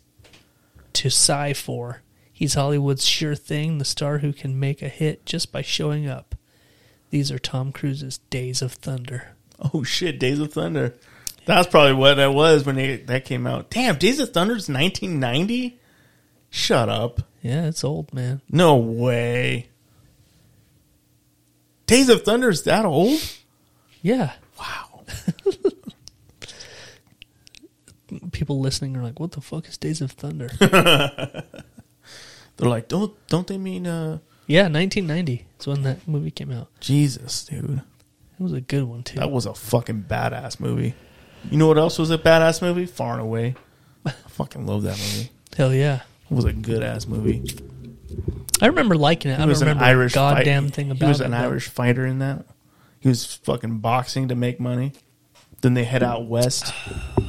to sigh for. He's Hollywood's sure thing, the star who can make a hit just by showing up. These are Tom Cruise's Days of Thunder. Oh shit, Days of Thunder. That's probably what that was when they, that came out. Damn, Days of Thunder's 1990. Shut up. Yeah, it's old, man. No way. Days of Thunder's that old? Yeah. Wow. People listening are like, what the fuck is Days of Thunder? They're like, don't don't they mean uh yeah, 1990 is when that movie came out. Jesus, dude. It was a good one, too. That was a fucking badass movie. You know what else was a badass movie? Far and Away. I fucking love that movie. Hell yeah. It was a good ass movie. I remember liking it. I He don't was an remember Irish a goddamn fight- thing he about was it. an though. Irish fighter in that. He was fucking boxing to make money. Then they head out west,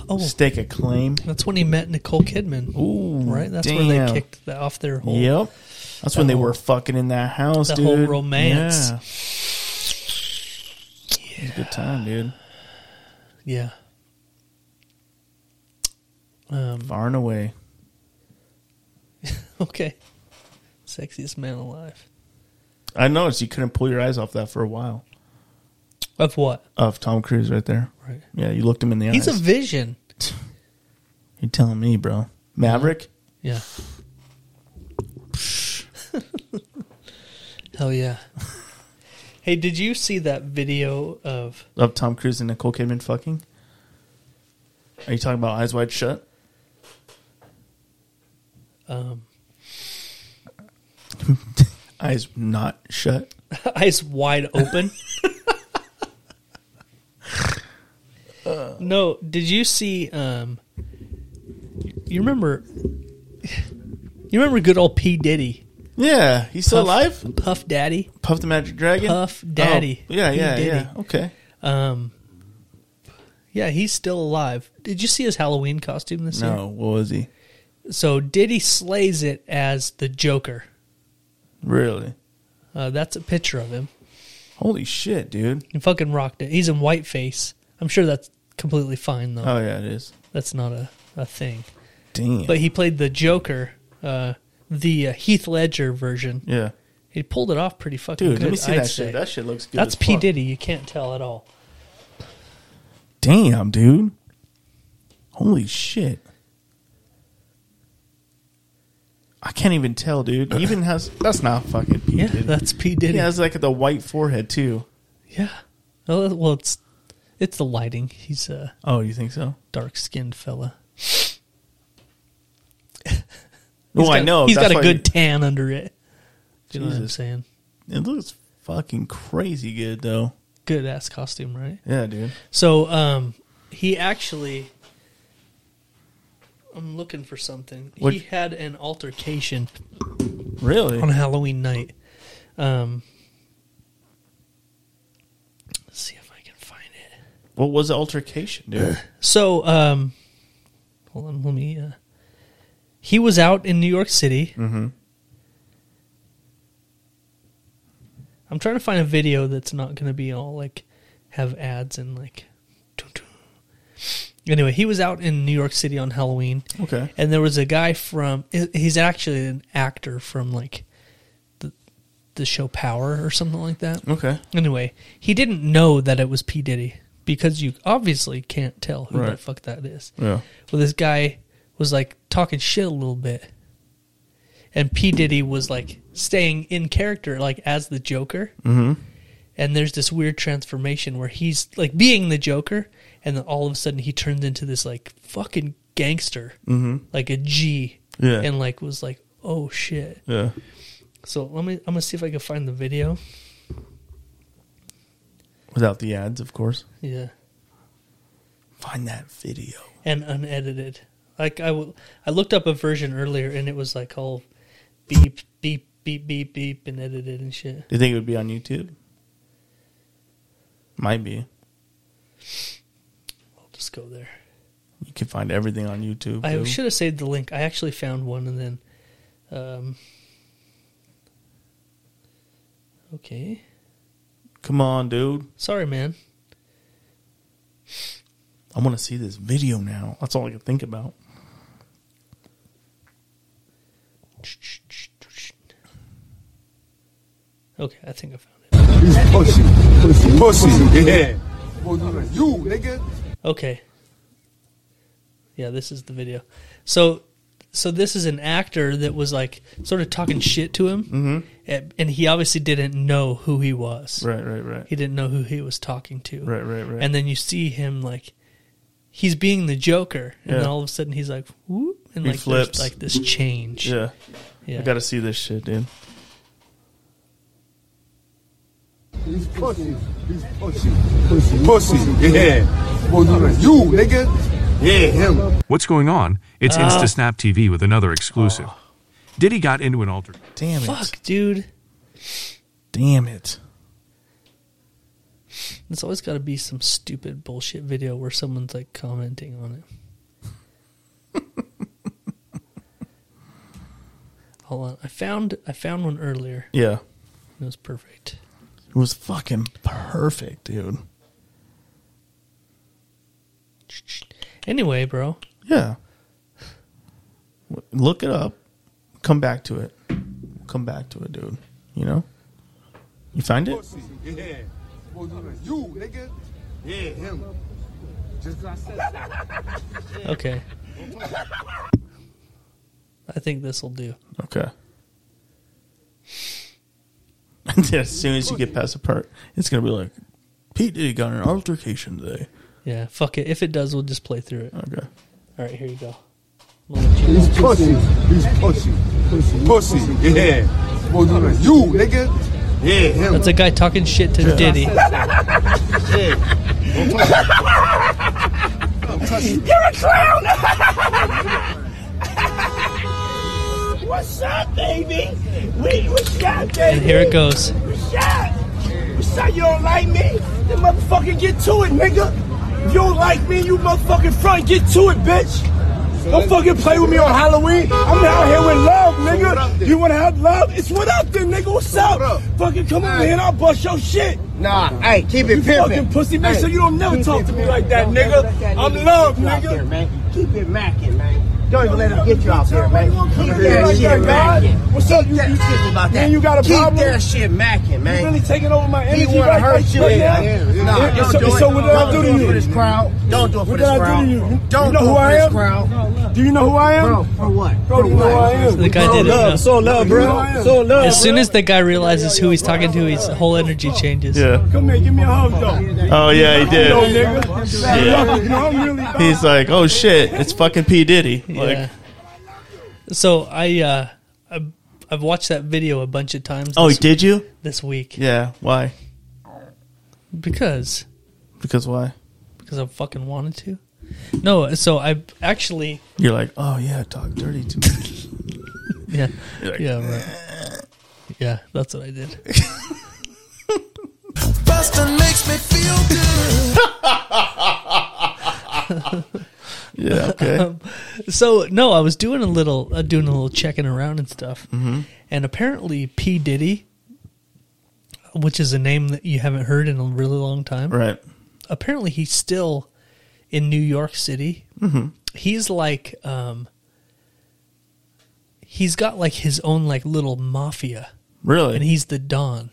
Oh. stake a claim. That's when he met Nicole Kidman. Ooh, right? That's where damn. they kicked the, off their whole. Yep, that's when they whole- were fucking in that house. that dude. whole romance. Yeah. It was a good time, dude. Yeah. Um, Far and away. okay. Sexiest man alive. I noticed you couldn't pull your eyes off that for a while. Of what? Of Tom Cruise right there. Right. Yeah, you looked him in the He's a eyes. vision. You're telling me, bro. Maverick. Yeah. Hell yeah. hey, did you see that video of of Tom Cruise and Nicole Kidman fucking? Are you talking about Eyes Wide Shut? um, Eyes not shut. eyes wide open? no, did you see um you remember you remember good old P Diddy? Yeah, he's still alive. Puff Daddy? Puff the Magic Dragon. Puff Daddy. Oh, yeah, P. yeah, Diddy. yeah. Okay. Um Yeah, he's still alive. Did you see his Halloween costume this year? No, what was he? So Diddy slays it as the Joker. Really? Uh, that's a picture of him. Holy shit, dude. He fucking rocked it. He's in whiteface. I'm sure that's completely fine though. Oh yeah, it is. That's not a, a thing. Damn. But he played the Joker, uh, the uh, Heath Ledger version. yeah, He pulled it off pretty fucking dude. good. let me see I'd that say. shit. That shit looks good. That's as P fuck. Diddy. You can't tell at all. Damn, dude. Holy shit. I can't even tell, dude. He even has that's not fucking P Yeah, Diddy. that's P He Diddy. Yeah. has like the white forehead too. Well, well, it's it's the lighting. He's a Oh, you think so? dark skinned fella. Oh, He's I got- know. He's That's got a why good tan under it. You know what I'm Jesus. saying? It looks fucking crazy good though. Good ass costume, right? Yeah, dude. So um, he actually, I'm looking for something. What- He had an altercation Really? on Halloween night. Um, let's see if I can find it. What was the altercation, dude? So, um, hold on, let me. Uh, he was out in New York City. Mm-hmm. I'm trying to find a video that's not going to be all like have ads and like. dun, dun. Anyway, he was out in New York City on Halloween. okay. And there was a guy from he- he's actually an actor from like the the show Power or something like that. Okay. Anyway, he didn't know that it was P Diddy because you obviously can't tell who the Right. fuck that is. Yeah. Well, this guy was like talking shit a little bit. And P Diddy was like staying in character like as the Joker. Mm-hmm. And there's this weird transformation where he's like being the Joker and then all of a sudden he turns into this like fucking gangster. Mm-hmm. Like a G. Yeah. And like was like, "Oh shit." Yeah. So, let me I'm going to see if I can find the video. Without the ads, of course. Yeah. Find that video. and unedited. Like I, w- I looked up a version earlier and it was like all beep beep beep beep beep and edited and shit. Do you think it would be on YouTube? Might be. I'll just go there. You can find everything on YouTube. I dude. should have saved the link. I actually found one and then, um, okay. Come on, dude. Sorry, man. I want to see this video now. That's all I can think about. Okay, I think I found it. Pussy. Pussy. Pussy. Yeah. You, nigga. Okay. Yeah, this is the video. So, so this is an actor that was like sort of talking shit to him, mm-hmm. and, and he obviously didn't know who he was. Right, right, right. He didn't know who he was talking to. Right, right, right. And then you see him like he's being the Joker, and Yeah. then all of a sudden he's like, whoop, and He like flips. there's like this change. yeah. yeah. I got to see this shit, dude. He's pussy. He's pussy. Pussy. Pussy. Yeah. You, nigga. Yeah, him. What's going on? It's InstaSnap TV with another exclusive. Diddy got into an alter. Damn it. Fuck, dude. Damn it. It's always got to be some stupid bullshit video where someone's like commenting on it. Hold on, I found I found one earlier. Yeah. It was perfect. It was fucking perfect, dude. Anyway, bro, Yeah. W- Look it up. Come back to it. Come back to it, dude. You know? You find it? Pussy. Yeah. You, nigga. Yeah, him. Just 'cause I said so. okay. I think this will do. Okay. as soon as you get past the part, it's going to be like, Pete Diddy got in an altercation today. Yeah, fuck it. If it does, we'll just play through it. Okay. All right, here you go. I'm gonna let you He's know. pussy. He's pussy. Pussy. Yeah. You, nigga. Yeah, him. That's a guy talking shit to Diddy. What's up, baby? We, what's up, baby? And here it goes. What's up? What's up? You don't like me? Then motherfucking get to it, nigga. You don't like me, you motherfucking front. Get to it, bitch. Don't fucking play with me on Halloween. I'm out here with love, nigga. You wanna have love? It's what up then, nigga. What's up? up? Fucking come over here and I'll bust your shit. Nah, hey, keep You fucking pussy. Make Hey, sure you don't never keep talk it to me moving. like that, Don't nigga. ever let that I'm nigga love, get you out nigga. there, man. Keep it macking, man. Don't even let him get you out there, man. Keep Keep that that shit shit macking. macking. What's up? You, you tripping about Man, that. you got a Keep problem? that shit macking, You really taking over my He energy wanna right, hurt right, you. right Yeah, now? yeah. Nah, And- and don't so, do and it. so what did I Don't do to do it you? for this crowd. Don't do it for What this did I crowd. do to you? Don't you know do it who for I this am? crowd. Do you know who I am? Bro, for what? Bro, do you know who I am? The guy did it. love, huh? so love, bro. So love. As soon bro. as the guy realizes who he's talking to, his whole energy changes. Yeah. come here, give me a hug, though. Oh, yeah, he Yo, did. nigga. You know, I'm really. He's like, oh shit, it's fucking P. Diddy. Like, Yeah. So I, uh, I I've watched that video a bunch of times. Oh, this, did you? this week Yeah. Why? because Because why? because I fucking wanted to. No, so I actually You're like, oh yeah, talk dirty to me. yeah You're like, yeah right. yeah that's what I did. Boston makes me feel good. Yeah. Okay. Um, So no, I was doing a little uh, doing a little checking around and stuff, and apparently P Diddy, which is a name that you haven't heard in a really long time, right. apparently he's still in New York City. He's like, um, he's got like his own like little mafia, Really. and he's the don.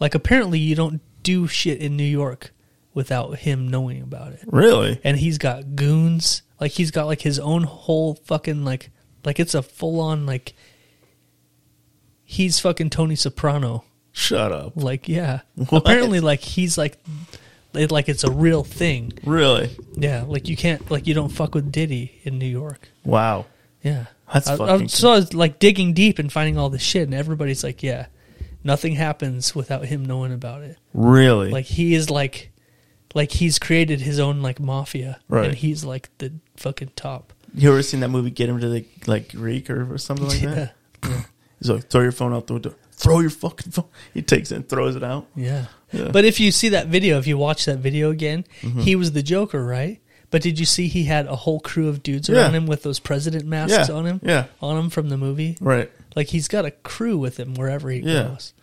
Like apparently you don't do shit in New York without him knowing about it really. and he's got goons. Like he's got like his own whole fucking like like it's a full on like he's fucking Tony Soprano. Shut up. Like yeah. What? Apparently like he's like it, like it's a real thing. Really. Yeah, like you can't like you don't fuck with Diddy in New York. Wow. Yeah. That's I, I, fucking so I was like digging deep and finding all this shit and everybody's like, yeah, nothing happens without him knowing about it. Really. Like he is like like he's created his own like mafia Right. and he's like the fucking top. you ever seen that movie? Get him to the like Greek or, or something like Yeah. that. He's like, throw your phone out the window. Throw your fucking phone. He takes it and throws it out. Yeah. Yeah. Mm-hmm. But if you see that video, if you watch that video again, he was the Joker, right? But did you see he had a whole crew of dudes Yeah. around him with those president masks Yeah. on him? Yeah. On him from the movie? Right. Like he's got a crew with him wherever he Yeah. goes.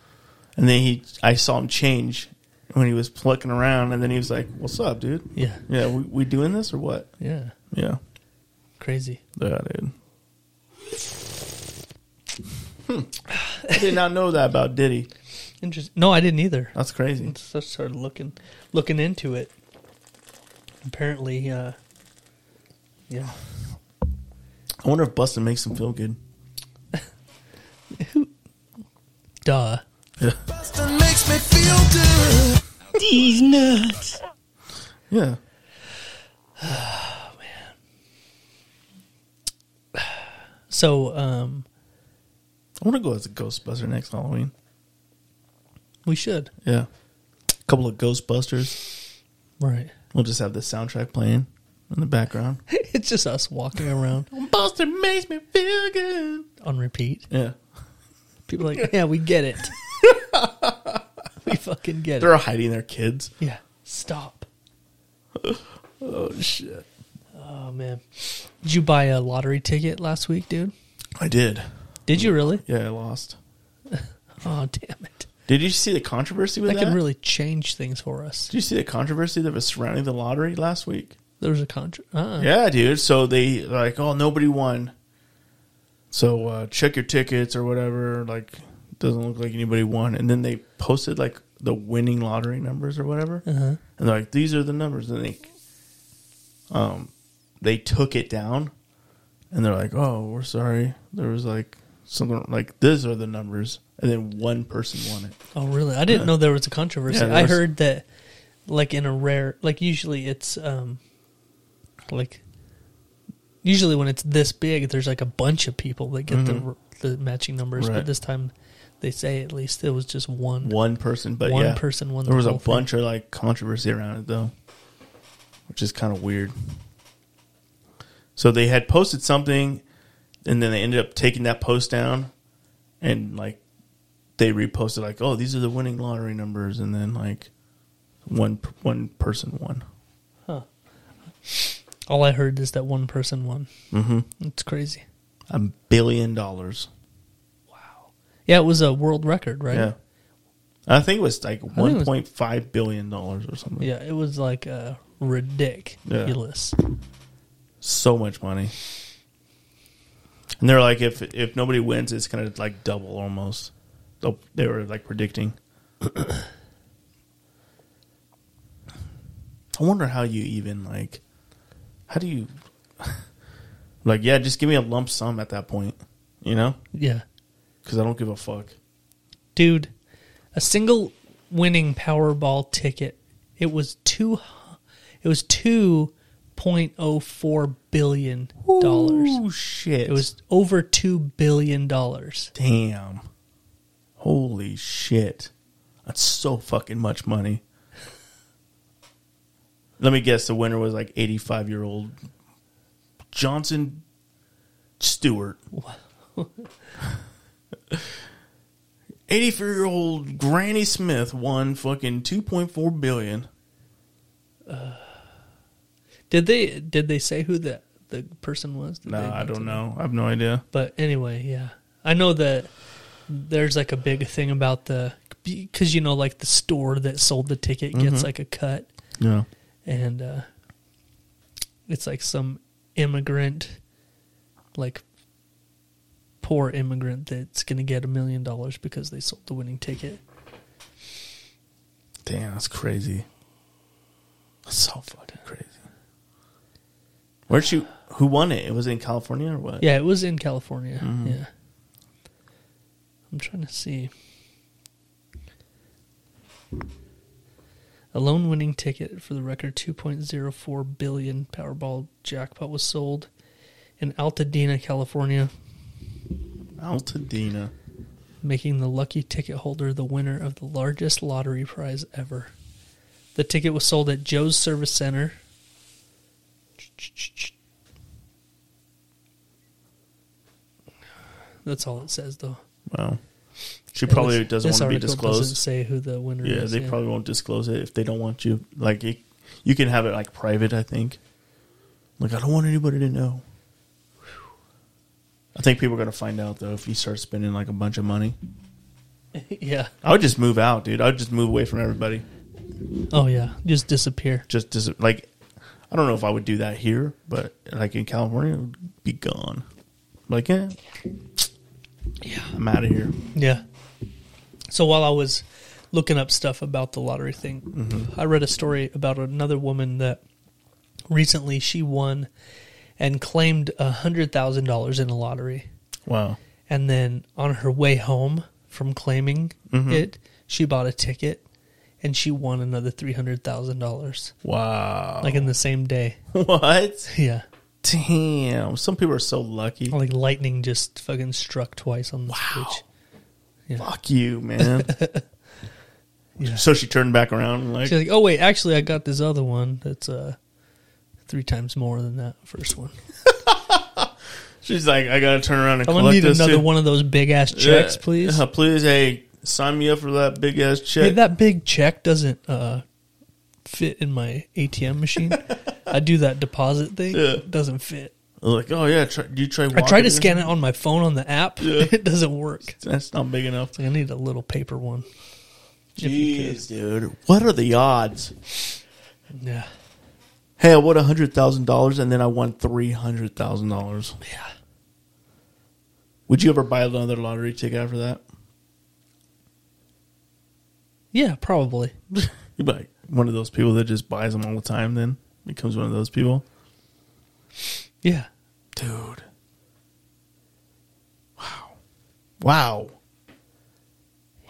And then he, I saw him change when he was plucking around, and then he was like, "What's up, dude? Yeah. Yeah, we, we doing this or what? Yeah. Yeah, Crazy. yeah, dude. Hmm. I did not know that about Diddy. Interesting. No, I didn't either. That's crazy. So I started looking looking into it. Apparently, uh yeah. I wonder if Bustin makes him feel good. Duh. Boston makes me feel good. Yeah, So um I want to go as a Ghostbuster next Halloween. we should. Yeah, a couple of Ghostbusters. Right. We'll just have the soundtrack playing in the background. it's just us walking around Bustin makes me feel good. on repeat. Yeah, People are like, yeah, we get it. we fucking get they're it. all hiding their kids. Yeah. Stop. Oh shit! Oh man. Did you buy a lottery ticket last week, dude? I did. Did you really? Yeah, I lost. Oh damn it. Did you see the controversy with That that? could really change things for us. Did you see the controversy that was surrounding the lottery last week? There was a contract. Uh, Yeah, dude. So they like, oh, nobody won. So uh, check your tickets or whatever. Like, doesn't look like anybody won. And then they posted like the winning lottery numbers or whatever. And they're like, these are the numbers. And they, um, they took it down, and they're like, oh, we're sorry. There was like something like these are the numbers, and then one person won it. Oh really? I didn't know there was a controversy. Yeah, there I was- heard that like in a rare like usually it's um like usually when it's this big there's like a bunch of people that get the the matching numbers, but Mm-hmm. Right. this time they say at least it was just one. one person, but One yeah, person won There the was a whole thing. bunch of like controversy around it though, which is kind of weird. So they had posted something, and then they ended up taking that post down, and like they reposted like, "Oh, these are the winning lottery numbers," and then like one one person won. All I heard is that one person won. Mm-hmm. It's crazy. A billion dollars. Yeah, it was a world record, right? Yeah. I think it was like it was- one point five billion dollars or something. Yeah, it was like uh, ridiculous. so much money. And they're like, if if nobody wins, it's gonna like double almost. They'll- They were like predicting. I wonder how you even like, how do you, like, yeah, just give me a lump sum at that point, you know? Yeah. Because I don't give a fuck. Dude, a single winning Powerball ticket, it was two it was 2.2 $1.04 billion. It Oh shit! was over $2 billion. damn. Holy shit! That's so fucking much money. Let me guess. The winner was like eighty-five year old Johnson Stewart. Eighty-four year old Granny Smith won fucking two point four billion. Did they did they say who the, the person was? Did No, they I don't mention- know. I have no idea. But anyway, yeah. I know that there's like a big thing about the because you know like the store that sold the ticket gets Mm-hmm. like a cut Yeah. and uh it's like some immigrant like poor immigrant that's going to get a million dollars because they sold the winning ticket. Damn, that's crazy. That's so fucking crazy. Where'd you? Who won it? It was in California or what? Yeah, it was in California. Yeah. I'm trying to see. A lone winning ticket for the record 2.04 billion Powerball jackpot was sold in Altadena, California, Altadena. making the lucky ticket holder the winner of the largest lottery prize ever. The ticket was sold at Joe's Service Center. That's all it says, though. Wow. She It probably was- doesn't this want to be article Doesn't disclosed. say who the winner Yeah, is. they probably won't disclose it if they don't want you. Like, it, you can have it like private. I think. Like, I don't want anybody to know. I think people are gonna find out though if you start spending like a bunch of money. yeah. I would just move out, dude. I would just move away from everybody. Oh yeah, just disappear. just dis- like I don't know if I would do that here, but like in California, it would be gone. Like, yeah, yeah, I'm out of here. Yeah. So while I was looking up stuff about the lottery thing, I read a story about another woman that recently she won and claimed a hundred thousand dollars in a lottery, Wow, and then on her way home from claiming it, she bought a ticket and she won another three hundred thousand dollars, wow, like in the same day. what? Yeah. Damn, some people are so lucky. Like lightning just fucking struck twice on the stage. Fuck you, man. Yeah. So she turned back around and like, She's like, oh wait, actually, I got this other one that's uh three times more than that first one. she's like, I gotta turn around and I'm collect gonna need this another too." one of those big ass Yeah. Uh-huh. checks, please. Yeah, please, hey, sign me up for that big ass Hey, check. that big check doesn't uh fit in my ATM machine. I do that deposit thing; Yeah. it doesn't fit. like, oh yeah, try, do you try? I tried to scan it on my phone on the app; Yeah. it doesn't work. That's not big enough. So I need a little paper one. If you Jeez, dude, what are the odds? could. Yeah, hey, I won hundred thousand dollars and then I won three hundred thousand dollars. yeah. Would you ever buy another lottery ticket after that? Yeah, probably. You'd be like one of those people that just buys them all the time. Then becomes one of those people, Yeah. dude. Wow, wow.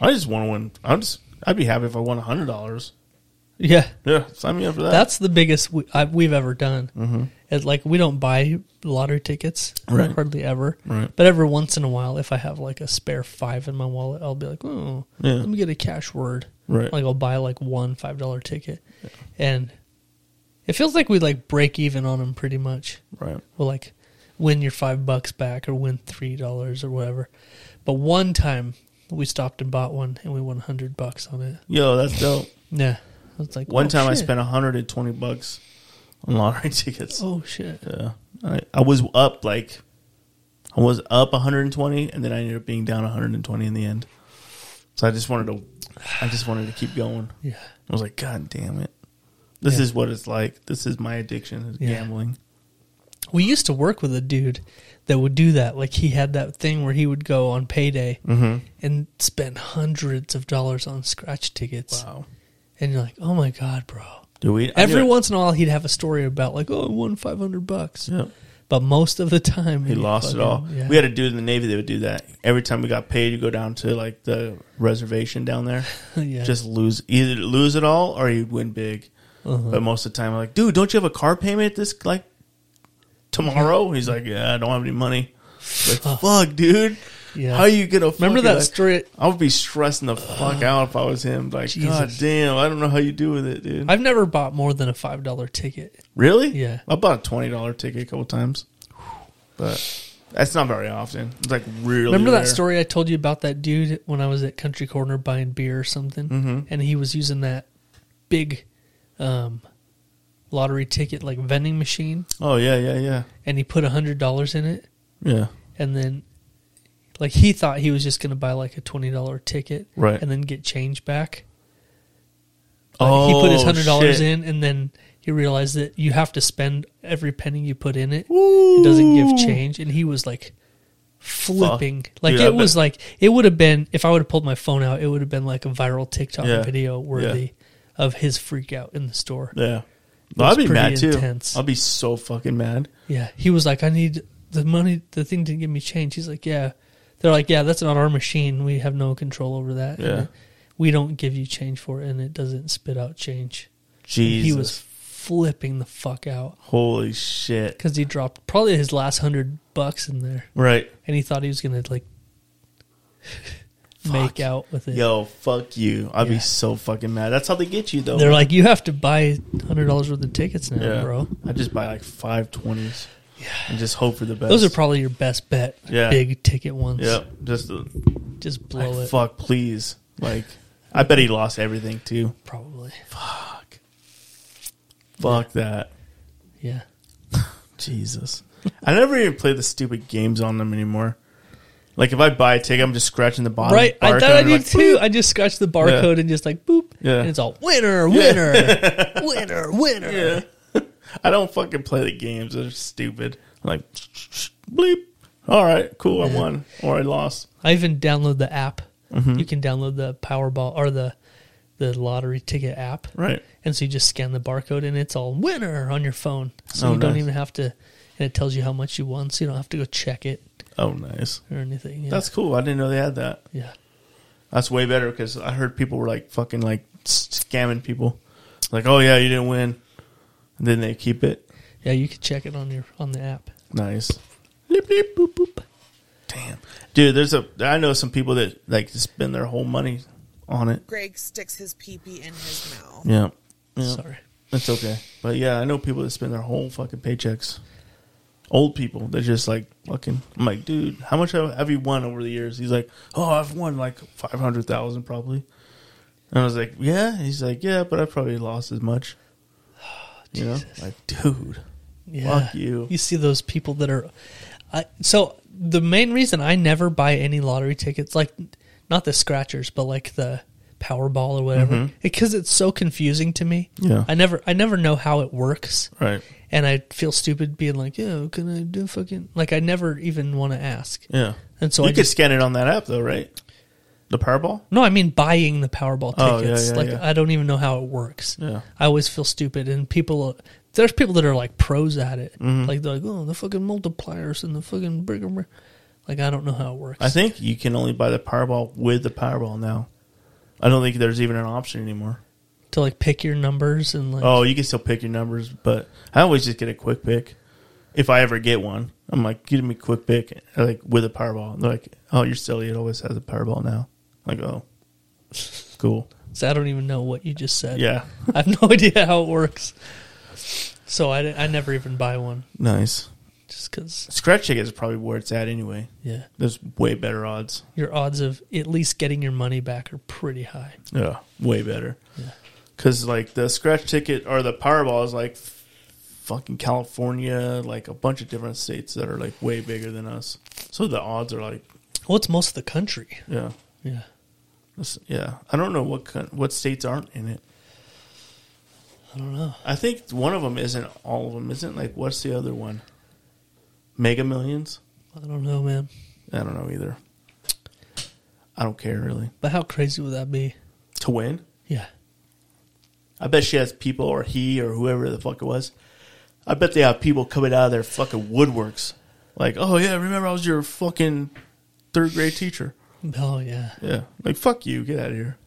I just want to win. I'm just. I'd be happy if I won hundred dollars. Yeah. Yeah, sign me up for that. That's the biggest we, I, we've ever done. It's like we don't buy lottery tickets Mm-hmm. Right. hardly ever. Right. But every once in a while, if I have like a spare five in my wallet, I'll be like, oh, Yeah. let me get a cash word. Right. Like I'll buy like one five dollar ticket, and it feels like we like break even on them pretty much. right. We'll like win your five bucks back or win three dollars or whatever. But one time we stopped and bought one and we won a hundred bucks on it. Yo, that's dope. Yeah. I was like, One "Oh, time I shit. spent hundred and twenty bucks on lottery tickets. Oh shit. Yeah. I, I was up like I was up 120 and then I ended up being down 120 in the end. So I just wanted to I just wanted to keep going. Yeah. I was like god damn it. This Yeah. is what it's like. This is my addiction is Yeah. gambling. We used to work with a dude that would do that. Like he had that thing where he would go on payday and spend hundreds of dollars on scratch tickets. Wow. And you're like, oh my god, bro. Do we I Every do it. once in a while, he'd have a story about like, oh, I won five hundred bucks. Yeah. But most of the time, He lost it all. We had a dude in the Navy that would do that. Every time we got paid, you go down to like the reservation down there. Yeah. Just lose either lose it all or he'd win big. Uh-huh. But most of the time, I'm like, dude, don't you have a car payment this like tomorrow? He's like, yeah, I don't have any money. Like, fuck, dude. Yeah. How you gonna Remember fucking, that like- story? I would be stressing the fuck out if I was him. Like, Jesus. god damn, I don't know how you do with it, dude. I've never bought more than a five dollar ticket. really? Yeah. I bought a twenty dollar ticket a couple times, but that's not very often. It's like really. Remember rare. that story I told you about that dude when I was at Country Corner buying beer or something, and he was using that big um, lottery ticket like vending machine, Oh yeah, yeah, yeah, and he put a hundred dollars in it, yeah. and then like he thought he was just going to buy like a twenty dollar ticket, Right. and then get change back. Like, he put his Oh, hundred dollars shit. in, and then he realized that you have to spend every penny you put in it. It doesn't give change, and he was like flipping. Like Dude, I it was like it would have been if I would have pulled my phone out, it would have been like a viral TikTok Yeah. video worthy of his freak out in the store. Yeah. It Well, was I'd be pretty mad too. intense. I'll be so fucking mad. Yeah, he was like, I need the money. The thing didn't give me change. He's like, yeah. They're like, yeah, that's not our machine. We have no control over that. And Yeah. we don't give you change for it, and it doesn't spit out change. Jesus. He was flipping the fuck out Holy shit. because he dropped probably his last hundred bucks in there, Right. and he thought he was gonna like make out with it. Yo, fuck you. I'd Yeah. be so fucking mad. That's how they get you though. They're like, you have to buy hundred dollars worth of tickets now, yeah. bro. I just buy like five twenties. Yeah. And just hope for the best. Those are probably your best bet. Yeah. Big ticket ones. Yeah. Just uh, Just blow like, it. fuck, please. Like I bet he lost everything too. Probably. Fuck that. Yeah. Jesus. I never even play the stupid games on them anymore. Like if I buy a ticket, I'm just scratching the bottom. Right, I thought barcode I and did like, too. I just scratched the barcode and just like boop, Yeah. and it's all winner, winner, winner, winner. I don't fucking play the games. They're stupid. I'm like, bleep. All right, cool. I won or I lost. I even download the app. Mm-hmm. You can download the Powerball or the the lottery ticket app, Right. and so you just scan the barcode and it's all winner on your phone. So Oh, you don't nice. even have to, and it tells you how much you won, so you don't have to go check it Oh, nice. or anything. Yeah. That's cool. I didn't know they had that. yeah. That's way better because I heard people were like fucking like s- scamming people. Like, oh yeah, you didn't win. And then they keep it. Yeah, you could check it on your on the app. Nice. Bleep, bleep, boop, boop. Damn, dude. There's a. I know some people that like to spend their whole money on it. Greg sticks his pee pee in his mouth. Yeah. Yeah. Sorry. That's okay. But yeah, I know people that spend their whole fucking paychecks. Old people that just like fucking. I'm like, dude, how much have have you won over the years? He's like, oh, I've won like five hundred thousand probably. And I was like, yeah. He's like, yeah, but I probably lost as much. you know, like, dude, Yeah. fuck you. You see those people that are. I, so the main reason I never buy any lottery tickets, like not the scratchers, but like the Powerball or whatever, because it's so confusing to me. Mm-hmm. Yeah. I never, I never know how it works, Right. and I feel stupid being like, "Yeah, can I do fucking?" Like I never even want to ask. Yeah. And so you I could just scan it on that app though, right? The Powerball. no, I mean buying the Powerball Oh, yeah, tickets. yeah, like yeah. I don't even know how it works. Yeah. I always feel stupid, and people there's people that are like pros at it. Mm-hmm. Like they're like, oh, the fucking multipliers and the fucking brick and brick. Like I don't know how it works. I think you can only buy the Powerball with the Powerball now. I don't think there's even an option anymore. to like pick your numbers and like Oh, you can still pick your numbers, but I always just get a quick pick. If I ever get one, I'm like, give me a quick pick, like with a Powerball. And they're like, oh, you're silly. It always has a Powerball now. I'm like, oh, cool. so I don't even know what you just said. Yeah, I have no idea how it works. So I, di- I never even buy one nice. just because Scratch ticket is probably where it's at anyway. yeah There's way better odds. your odds of at least getting your money back are pretty high. Yeah, way better. Because like the scratch ticket or the Powerball is like f- fucking California, like a bunch of different states that are like way bigger than us. So the odds are like, Well, it's most of the country. yeah, Yeah, That's- yeah. I don't know what coun- what states aren't in it. I don't know. I think one of them isn't. All of them isn't. Like what's the other one? Mega Millions. I don't know, man. I don't know either. I don't care really But how crazy would that be? to win. Yeah. I bet she has people, or he, or whoever the fuck it was. I bet they have people coming out of their fucking woodworks. Like, oh yeah, remember I was your fucking third grade teacher. Oh yeah. Yeah. Like, fuck you, get out of here.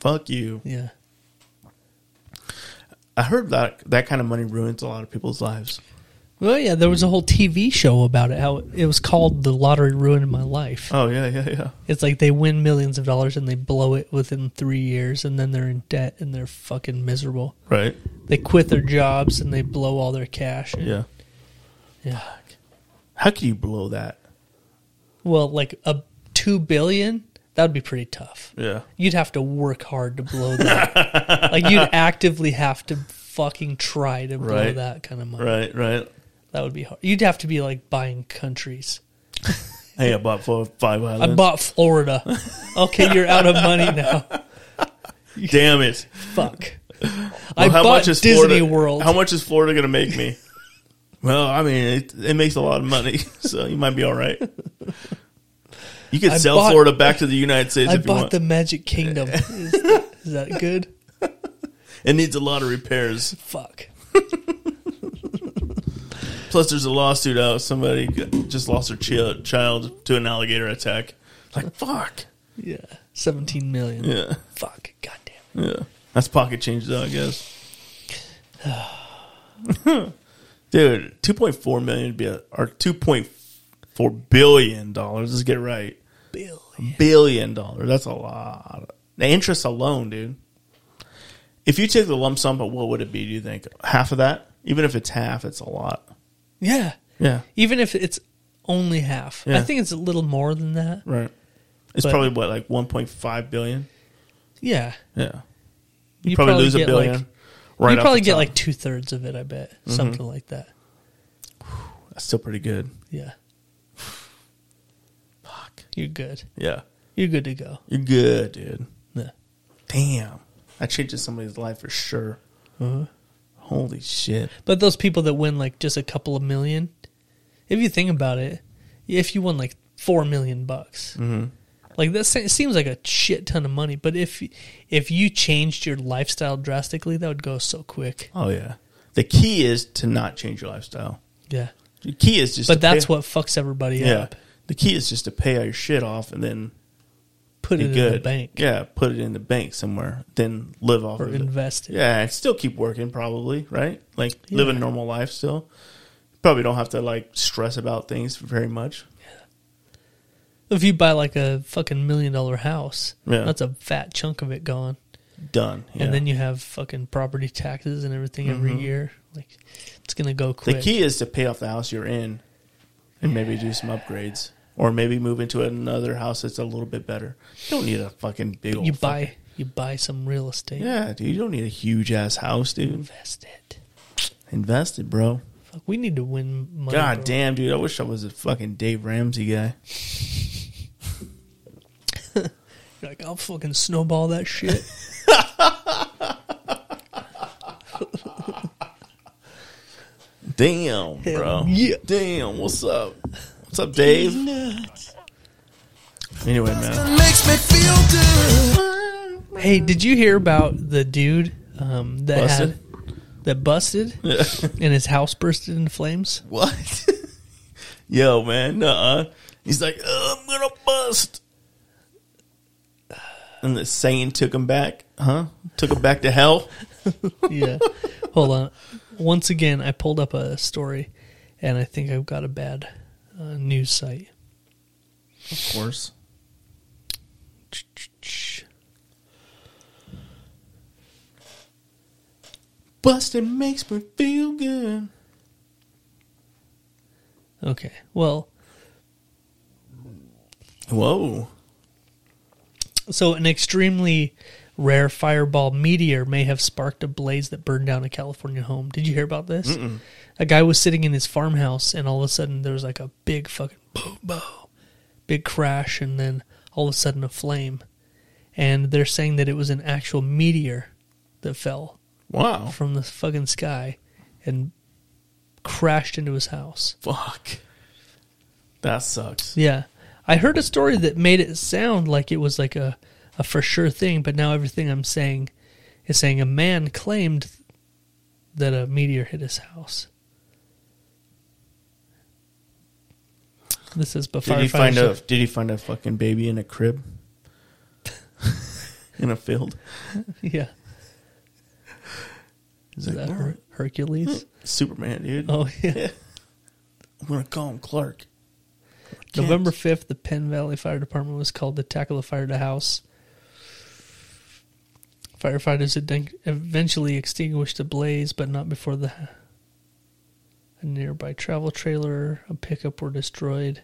fuck you. Yeah. I heard that that kind of money ruins a lot of people's lives. Well, yeah, there was a whole TV show about it. How it- it was called "The Lottery Ruined My Life." Oh yeah, yeah, yeah. It's like they win millions of dollars and they blow it within three years, and then they're in debt and they're fucking miserable. Right. They quit their jobs and they blow all their cash. Yeah. Yeah. How could you blow that? Well, like a two billion, that would be pretty tough. Yeah. You'd have to work hard to blow that. like you'd actively have to fucking try to blow Right. that kind of money. Right. Right. That would be hard. You'd have to be like buying countries. Hey, I bought four, five I islands. bought Florida. Okay, you're out of money now. Damn it! Fuck. I Well, bought Disney Florida, World. How much is Florida going to make me? well, I mean, it, it makes a lot of money, so you might be all right. You could I sell bought- Florida back to the United States I if you bought want. the Magic Kingdom. Is, is that good? It needs a lot of repairs. Fuck. Plus, there's a lawsuit out. Somebody got- just lost their chi- child to an alligator attack. Like fuck. Yeah. 17 million. Yeah, Fuck. God damn. it. yeah. That's pocket change, though. I guess. Dude, two point four million would be a, or two point four billion dollars. Let's get it right. Bill. billion dollars. That's a lot. The interest alone, dude. If you took the lump sum, but what would it be? Do you think half of that? Even if it's half, it's a lot. Yeah. Yeah, Even if it's only half. I Yeah. think it's a little more than that. right. It's But- probably what like one point five billion. Yeah. Yeah, You, probably, lose a get, billion. Like, right, you off probably the get top. Mm-hmm. like two thirds of it, I bet. Something like that. that's still pretty good. Yeah. Fuck. You're good. Yeah, You're good to go. you're good, dude. Yeah. Damn, that changes somebody's life for sure. Uh-huh. Holy shit! But those people that win like just a couple of million, if you think about it, if you won like four million bucks, Mm-hmm. like that se- seems like a shit ton of money. But if if you changed your lifestyle drastically, that would go so quick. Oh yeah. The key is to not change your lifestyle. Yeah, The key is just. to but that's pay- what fucks everybody Yeah. up. The key is just to pay all your shit off and then Put be it good. in the bank Yeah, put it in the bank somewhere. Then live off or of invest it. it. Yeah, and still keep working probably, right? Like live a Yeah. normal life still. Probably don't have to like stress about things very much. If you buy like a fucking million dollar house, Yeah. that's a fat chunk of it gone, Done. yeah. Mm-hmm. and then you have fucking property taxes and everything every year. Like it's gonna go the quick. key is to pay off the house you're in and maybe do some upgrades. Or maybe move into another house that's a little bit better. You don't need a fucking big old you fuck- buy you buy some real estate. Yeah, dude. You don't need a huge ass house, dude. Invest it. Invest it, bro. Fuck, we need to win money. God bro. damn, dude. I wish I was a fucking Dave Ramsey guy. You're like, I'll fucking snowball that shit. Damn, bro. yeah. Damn, what's up? What's up, Dave? Anyway, man. makes me feel good. hey, did you hear about the dude um, that Busted? had that busted and his house bursted into flames? What? Yo, man. Nuh-uh. He's like, "Uh, I'm gonna bust. And the Satan took him back, huh? Took him back to hell. Yeah. Hold on. Once again, I pulled up a story, and I think I've got a bad uh, news site. Of course. Busting makes me feel good. Okay. Well, Whoa. So, an extremely rare fireball meteor may have sparked a blaze that burned down a California home. Did you hear about this? A guy was sitting in his farmhouse, and all of a sudden, there was like a big fucking boom, boom, big crash, and then all of a sudden, a flame. And they're saying that it was an actual meteor that fell Wow. from the fucking sky and crashed into his house. Fuck. That sucks. Yeah. I heard a story that made it sound like it was like a, a for sure thing, but now everything I'm saying is saying a man claimed that a meteor hit his house. This is but Did he firefighters- find a Did he find a fucking baby in a crib? in a field. yeah. He's Is like, that "All Her- right, Hercules? Superman, dude. Oh, yeah. I'm gonna call him Clark. November 5th, the Penn Valley Fire Department was called to tackle a fire to house. Firefighters eden- eventually extinguished the blaze, but not before the a nearby travel trailer, a pickup were destroyed.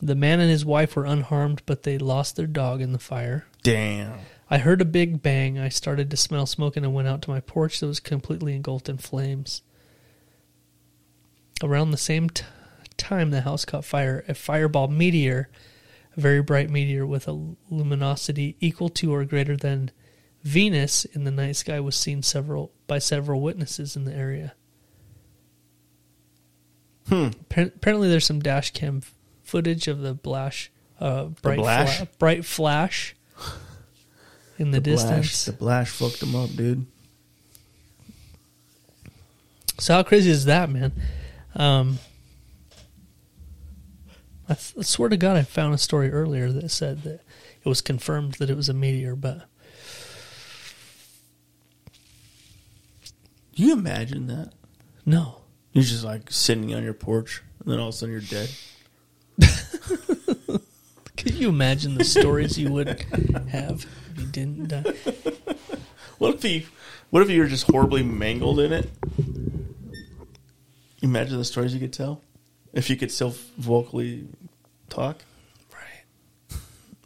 The man and his wife were unharmed, but they lost their dog in the fire. Damn. I heard a big bang. I started to smell smoke and I went out to my porch that was completely engulfed in flames. Around the same t- time the house caught fire, a fireball meteor, a very bright meteor with a luminosity equal to or greater than Venus in the night sky was seen several by several witnesses in the area. Hmm. Apparently there's some dash cam f- footage of the blash uh bright blash? fla- bright flash in the, distance. Blash, the Blash fucked him up, dude. So how crazy is that, man? Um, I, th- I swear to God, I found a story earlier that said that it was confirmed that it was a meteor, but Can you imagine that? no. You're just like sitting on your porch, and then all of a sudden you're dead. Could you imagine the stories you would have if you didn't die? What if you? What if you were just horribly mangled in it? Imagine the stories you could tell if you could self vocally talk.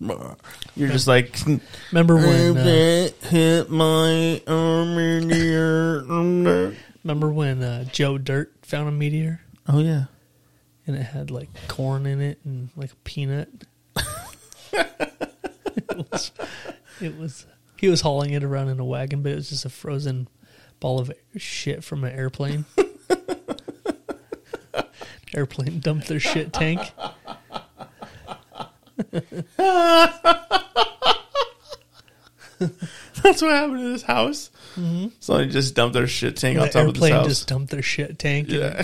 Right. You're just like Remember when? Uh, "I hit my arm in the air." remember when uh, Joe Dirt found a meteor Oh yeah. and it had like corn in it and like a peanut. it was. It was. He was hauling it around in a wagon, but it was just a frozen ball of shit from an airplane. airplane dumped their shit tank. That's what happened to this house. Somebody just dumped their shit tank Mm-hmm. The on top of this airplane house. just dumped their shit tank yeah.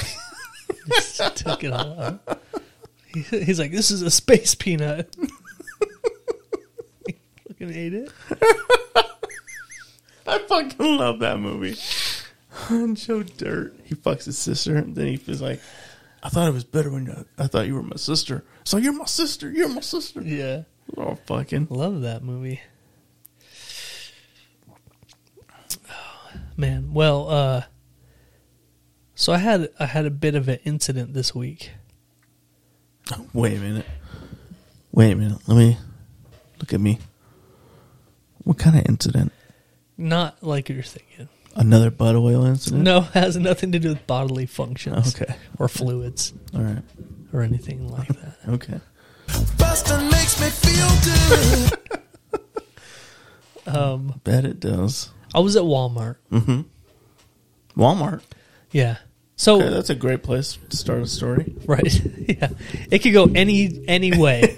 and just took it all out. He- He's like, "This is a space peanut." He Fucking ate it. I fucking love that movie. And Joe Dirt, he fucks his sister, and then he was like, "I thought it was better when you, I thought you were my sister." So you're my sister. You're my sister. Yeah. Oh fucking Love that movie. Oh, Man, well, uh so I had I had a bit of an incident this week. wait a minute. Wait a minute. Let me look at me. What kind of incident? Not like you're thinking. Another butt oil incident? No, has nothing to do with bodily functions Okay. or fluids All right. or anything like that. Okay. Bustin' makes me feel good. Um, Bet it does. I was at Walmart. Walmart. Yeah. So Okay, that's a great place to start a story. Right. yeah. It could go any any way.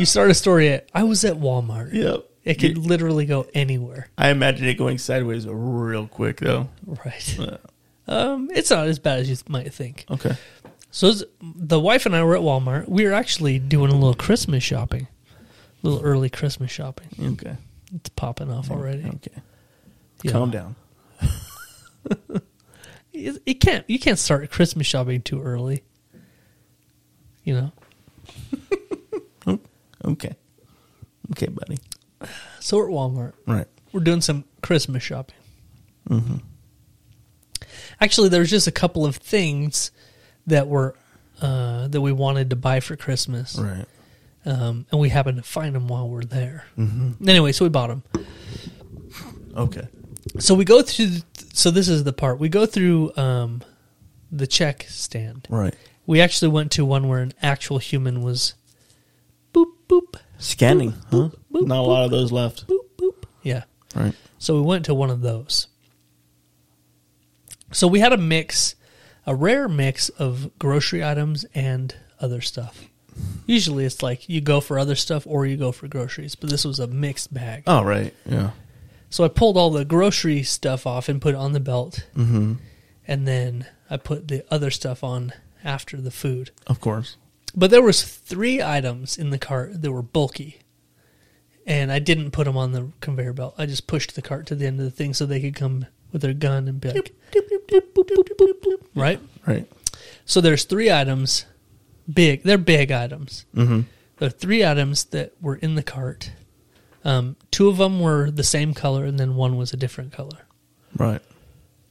you start a story at I was at Walmart. Yep. It could literally go anywhere. I imagine it going sideways real quick though. Right. Um, it's not as bad as you might think. Okay. So it's- the wife and I were at Walmart. We were actually doing a little Christmas shopping, a little early Christmas shopping. Okay. It's popping off already. Okay. Yeah. Calm down. It, it can't. You can't start Christmas shopping too early. You know. Okay. Okay, buddy. So we're at Walmart. Right. We're doing some Christmas shopping. Actually, there was just a couple of things that were uh, that we wanted to buy for Christmas. Right. um, and we happened to find them while we're there. Mm-hmm. Anyway, so we bought them. Okay. So we go through. th- So this is the part we go through um, the check stand. Right. We actually went to one where an actual human was boop boop Scanning, huh? boop, Not a lot of those left. boop boop. Yeah. Right. So we went to one of those. So we had a mix, a rare mix of grocery items and other stuff. Usually it's like you go for other stuff or you go for groceries, but this was a mixed bag. Oh, right. Yeah. So I pulled all the grocery stuff off and put it on the belt. Mm-hmm. And then I put the other stuff on after the food. Of course. But there was three items in the cart that were bulky. and I didn't put them on the conveyor belt. I just pushed the cart to the end of the thing so they could come with their gun and be like, right? Right. So there's three items, big. They're big items. Mm-hmm. There are three items that were in the cart. Um, two of them were the same color, and then one was a different color. Right.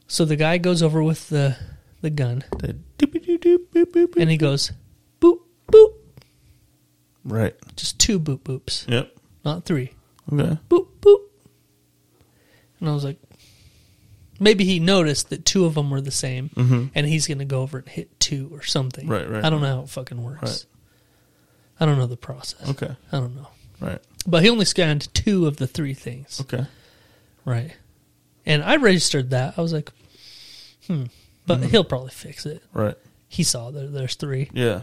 So the guy goes over with the the gun, The doop-a-doop-doop-boop-boop. and he goes, boop boop, Right. just two boop boops, Yep. not three. Okay. boop boop. And I was like, maybe he noticed that two of them were the same, and he's gonna go over and hit two or something. Mm-hmm. Right, right, I don't know how it fucking works. Right. I don't know the process. Okay. I don't know. Right. But he only scanned two of the three things. Okay. Right. And I registered that. I was like, hmm. But Mm-hmm. he'll probably fix it. Right. He saw that there's three. Yeah.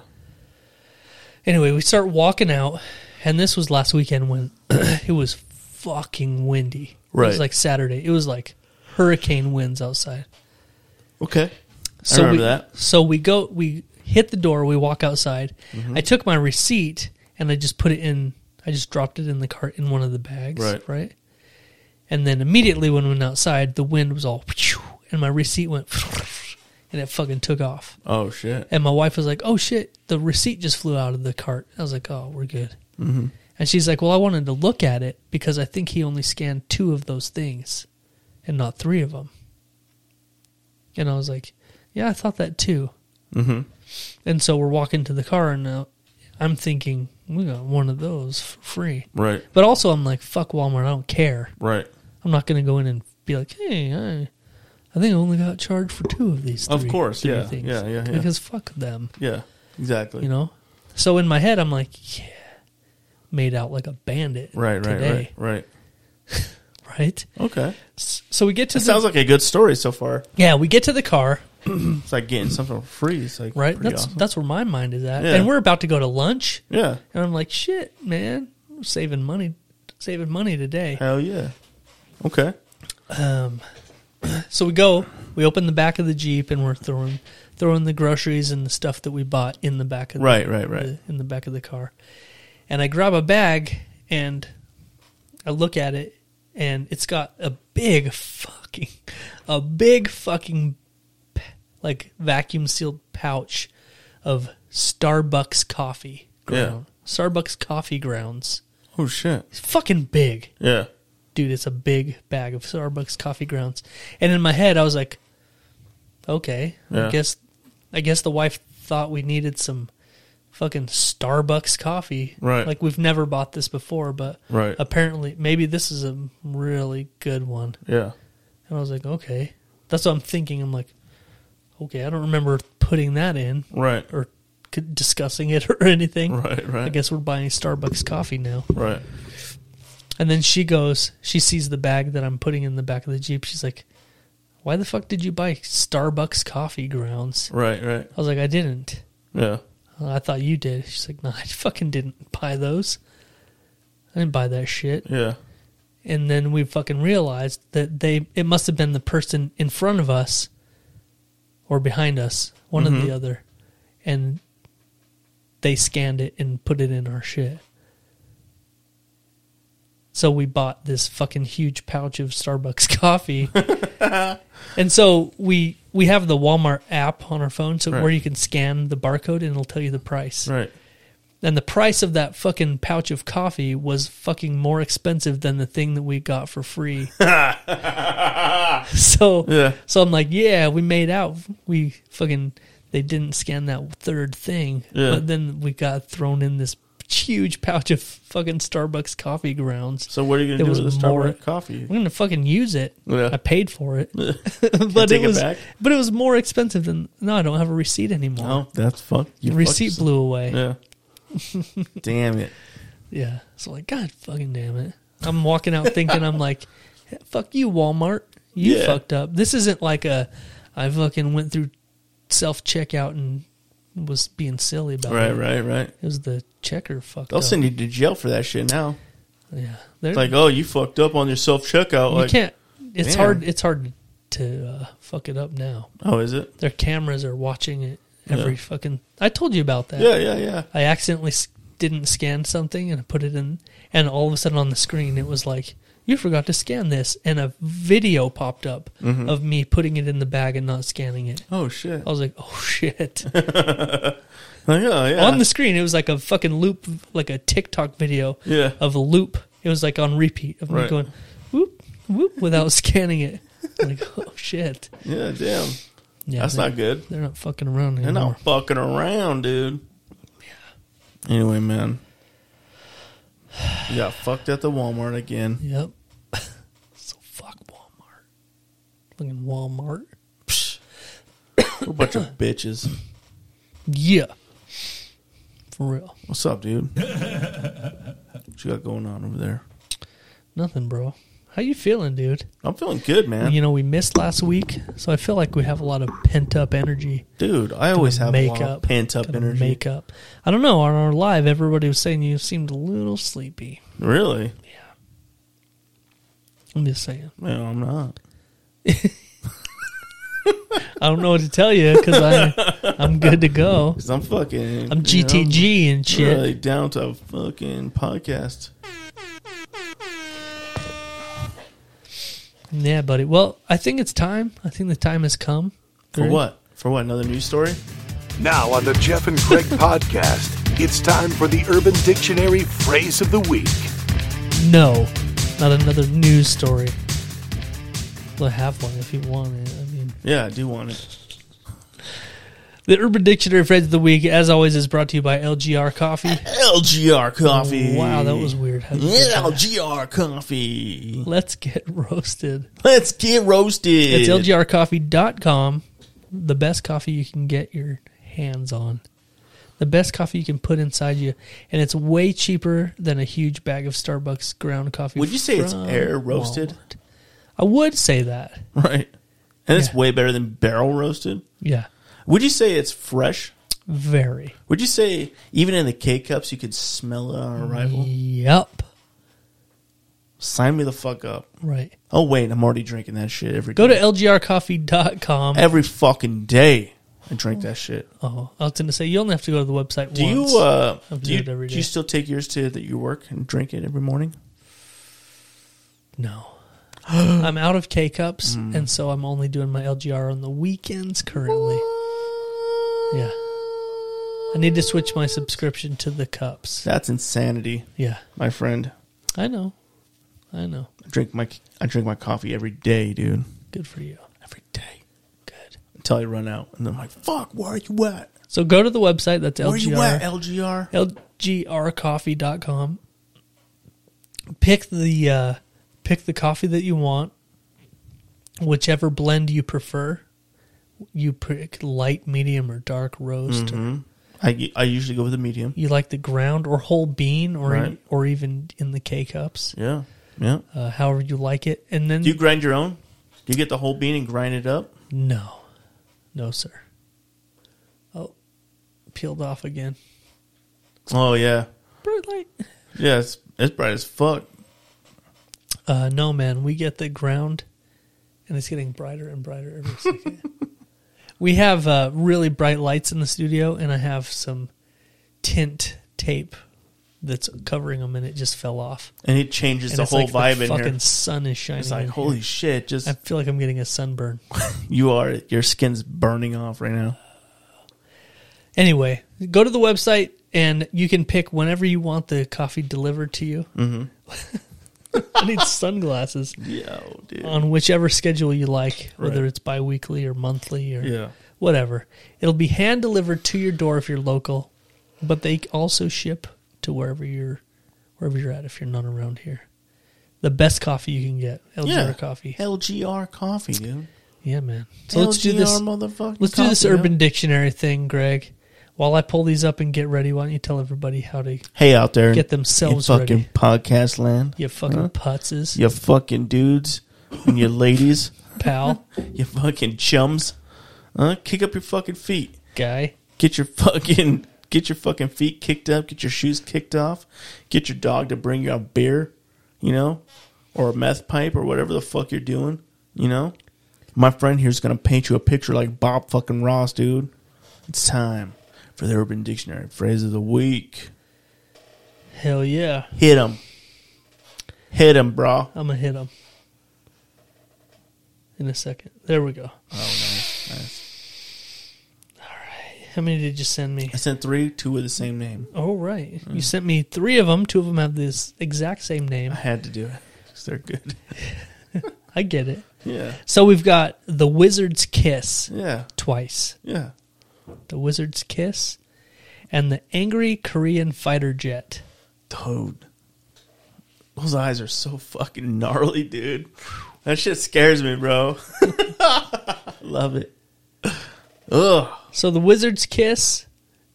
Anyway, we start walking out, and this was last weekend when it was fucking windy. It was Right. like Saturday. It was like hurricane winds outside. Okay. So remember we, that. So we go, we hit the door, we walk outside. Mm-hmm. I took my receipt and I just put it in, I just dropped it in the cart in one of the bags. Right. Right. And then immediately when we went outside, the wind was all, and my receipt went, and it fucking took off. Oh shit. And my wife was like, "Oh shit, the receipt just flew out of the cart." I was like, "Oh, we're good." Mm-hmm. And she's like, "Well, I wanted to look at it because I think he only scanned two of those things, and not three of them." And I was like, "Yeah, I thought that too." Mm-hmm. And so we're walking to the car, and uh, I'm thinking we got one of those for free. Right. But also, I'm like, "Fuck Walmart, I don't care." Right. I'm not going to go in and be like, hey, I, I think I only got charged for two of these. Of three- course, three yeah, yeah, yeah, yeah. Because fuck them, Yeah. Exactly. you know. So in my head, I'm like, yeah, made out like a bandit. Right. Right. today, Right. right. Right. Okay. S- So we get to It the, sounds like a good story so far. yeah, we get to the car, It's like getting something for free. It's like right? pretty That's awesome. that's where my mind is at, Yeah. and we're about to go to lunch, yeah. and I'm like, shit, man, I'm saving money, saving money today. Hell yeah. Okay. So we go, we open the back of the Jeep and we're throwing throwing the groceries and the stuff that we bought in the back of the, Right, right, right. the- in the back of the car. And I grab a bag and I look at it and it's got a big fucking a big fucking p- like vacuum sealed pouch of Starbucks coffee Yeah. ground. Starbucks coffee grounds. Oh shit. It's fucking big Yeah. dude, it's a big bag of Starbucks coffee grounds. And in my head, I was like, okay, I Yeah. guess, I guess the wife thought we needed some fucking Starbucks coffee. Right. Like we've never bought this before, but Right. apparently maybe this is a really good one. Yeah. And I was like, okay, that's what I'm thinking. I'm like, okay, I don't remember putting that in Right. or c- discussing it or anything. Right, right. I guess we're buying Starbucks coffee now. Right. And then she goes, she sees the bag that I'm putting in the back of the Jeep. She's like, Why the fuck did you buy Starbucks coffee grounds? Right. Right. I was like, I didn't. Uh, Yeah. I thought you did. She's like, No, I fucking didn't buy those. I didn't buy that shit. Yeah. And then we fucking realized that they, it must have been the person in front of us or behind us, one or the other. And they scanned it and put it in our shit. So we bought this fucking huge pouch of Starbucks coffee. and so we we have the Walmart app on our phone so Right. where you can scan the barcode and it'll tell you the price. Right. And the price of that fucking pouch of coffee was fucking more expensive than the thing that we got for free. so Yeah. so I'm like, yeah, we made out. We fucking they didn't scan that third thing. Yeah. But then we got thrown in this huge pouch of fucking Starbucks coffee grounds. So what are you gonna It do was with this more- Starbucks coffee? I'm gonna fucking use it. Yeah. I paid for it. but take it it was back? but it was more expensive than no, I don't have a receipt anymore. Oh, that's fuck. The You fucked receipt yourself. blew away. Yeah. Damn it. Yeah. So like, God fucking damn it. I'm walking out thinking I'm like, fuck you, Walmart. You Yeah. fucked up. This isn't like a I fucking went through self checkout and was being silly about Right. it. Right. Right. It was the checker fucked They'll up. send you to jail for that shit now. yeah. They're, It's like, oh, you fucked up on your self checkout. you Like, can't it's Man. hard it's hard to uh, fuck it up now. oh, is it? Their cameras are watching it every fucking I told you about that. Yeah, yeah, yeah. I accidentally s- didn't scan something and I put it in, and all of a sudden on the screen it was like, "You forgot to scan this," and a video popped up Mm-hmm. of me putting it in the bag and not scanning it. Oh shit! I was like, "Oh shit!" Like, oh yeah. on the screen it was like a fucking loop, like a TikTok video Yeah. of a loop. It was like on repeat of me Right. going, "Whoop whoop" without scanning it. Like, oh shit! yeah, damn. Yeah, Mm-hmm. That's they're- not good. They're not fucking around They're anymore. not fucking around, dude. Yeah. Anyway, man. You got fucked at the Walmart again. Yep. so fuck Walmart. Fucking Walmart. We're a bunch of bitches. Yeah. For real. What's up, dude? What you got going on over there? Nothing, bro. How you feeling, dude? I'm feeling good, man. You know, we missed last week, so I feel like we have a lot of pent up energy. dude, I always have a lot of Makeup. pent up energy. Makeup. I don't know. On our live, everybody was saying you seemed a little sleepy. Really? I'm just saying. Man, I'm not. I don't know what to tell you because I I'm good to go. Cause I'm fucking. I'm you know, GTG and shit. Really down to a fucking podcast. Yeah, buddy. Well, I think it's time. I think the time has come. For what? For what? Another news story? Now on the Jeff and Craig podcast, it's time for the Urban Dictionary phrase of the week. No, not another news story. Well, I have one if you want it. I mean, Yeah, I do want it. the Urban Dictionary phrase of the week, as always, is brought to you by LGR Coffee. LGR coffee. Wow, that was weird. How did you get that? LGR coffee. Let's get roasted. Let's get roasted. It's lgrcoffee.com, the best coffee you can get your hands on. The best coffee you can put inside you, and it's way cheaper than a huge bag of Starbucks ground coffee. Would you say it's from air roasted? Walmart. I would say that. Right. And it's Yeah. way better than barrel roasted. Yeah, Would you say it's fresh? very. Would you say even in the K cups you could smell it on arrival? Yep. Sign me the fuck up. Right. Oh wait, I'm already drinking that shit every Go to day. lgrcoffee.com. every fucking day. I drink that shit. Oh, I was going to say, you only have to go to the website Do once. you uh I've do you, done it every do you day. still take yours to that you work and drink it every morning? no. I'm out of K cups, Hmm. and so I'm only doing my LGR on the weekends currently. Yeah. I need to switch my subscription to the cups. That's insanity, Yeah. my friend. I know. I know. I drink my I drink my coffee every day, dude. Good for you. Every day. Good. Until I run out. And then I'm like, fuck, where are you at? So go to the website. That's Where are you at, LGR. LGR? LGRcoffee.com. Pick the uh, pick the coffee that you want, whichever blend you prefer. You pick light, medium, or dark roast. Mm-hmm. Or I, I usually go with the medium. you like the ground or whole bean, or Right. or even in the K cups, Yeah. Yeah. uh, however you like it. And then Do you grind your own? Do you get the whole bean and grind it up? no, no sir. Oh, peeled off again. Oh, yeah. Bright light. Yeah, it's, it's bright as fuck. Uh, no, man, we get the ground, and it's getting brighter and brighter every second. we have uh, really bright lights in the studio, and I have some tint tape that's covering them, and it just fell off. And it changes And the whole like vibe the in fucking here. sun is shining. It's like, in holy here. shit, just I feel like I'm getting a sunburn. you are, your skin's burning off right now. Anyway, go to the website and you can pick whenever you want the coffee delivered to you. Mm-hmm. Mm-hmm. I need sunglasses Yo, dude. on whichever schedule you like, whether it's bi-weekly or monthly or Yeah. whatever. It'll be hand delivered to your door if you're local, but they also ship to wherever you're wherever you're at if you're not around here. The best coffee you can get, LGR yeah. coffee. LGR coffee, dude. Yeah, man. So let's do LGR this. motherfucking Let's do this coffee, Urban man. Dictionary thing, Greg. While I pull these up and get ready, why don't you tell everybody how to Hey, out there. Get in- themselves in fucking ready. podcast land. you fucking Huh? putzes, You fucking dudes and you ladies. pal, you fucking chums. Huh? Kick up your fucking feet. guy. Get your fucking get your fucking feet kicked up. Get your shoes kicked off. Get your dog to bring you a beer, you know, or a meth pipe or whatever the fuck you're doing, you know. My friend here's gonna paint you a picture like Bob fucking Ross, dude. It's time for the Urban Dictionary phrase of the week. Hell yeah. Hit him. Hit him, bro. I'm going to hit him in a second. There we go. Oh, nice. nice. How many did you send me? I sent three, two with the same name. Oh, right. You sent me three of them. Two of them have this exact same name. I had to do it 'cause they're good. I get it. Yeah. So we've got The Wizard's Kiss Yeah. twice. Yeah. The Wizard's Kiss and The Angry Korean Fighter Jet. Toad. Those eyes are so fucking gnarly, dude. That shit scares me, bro. Love it. Ugh. So The Wizard's Kiss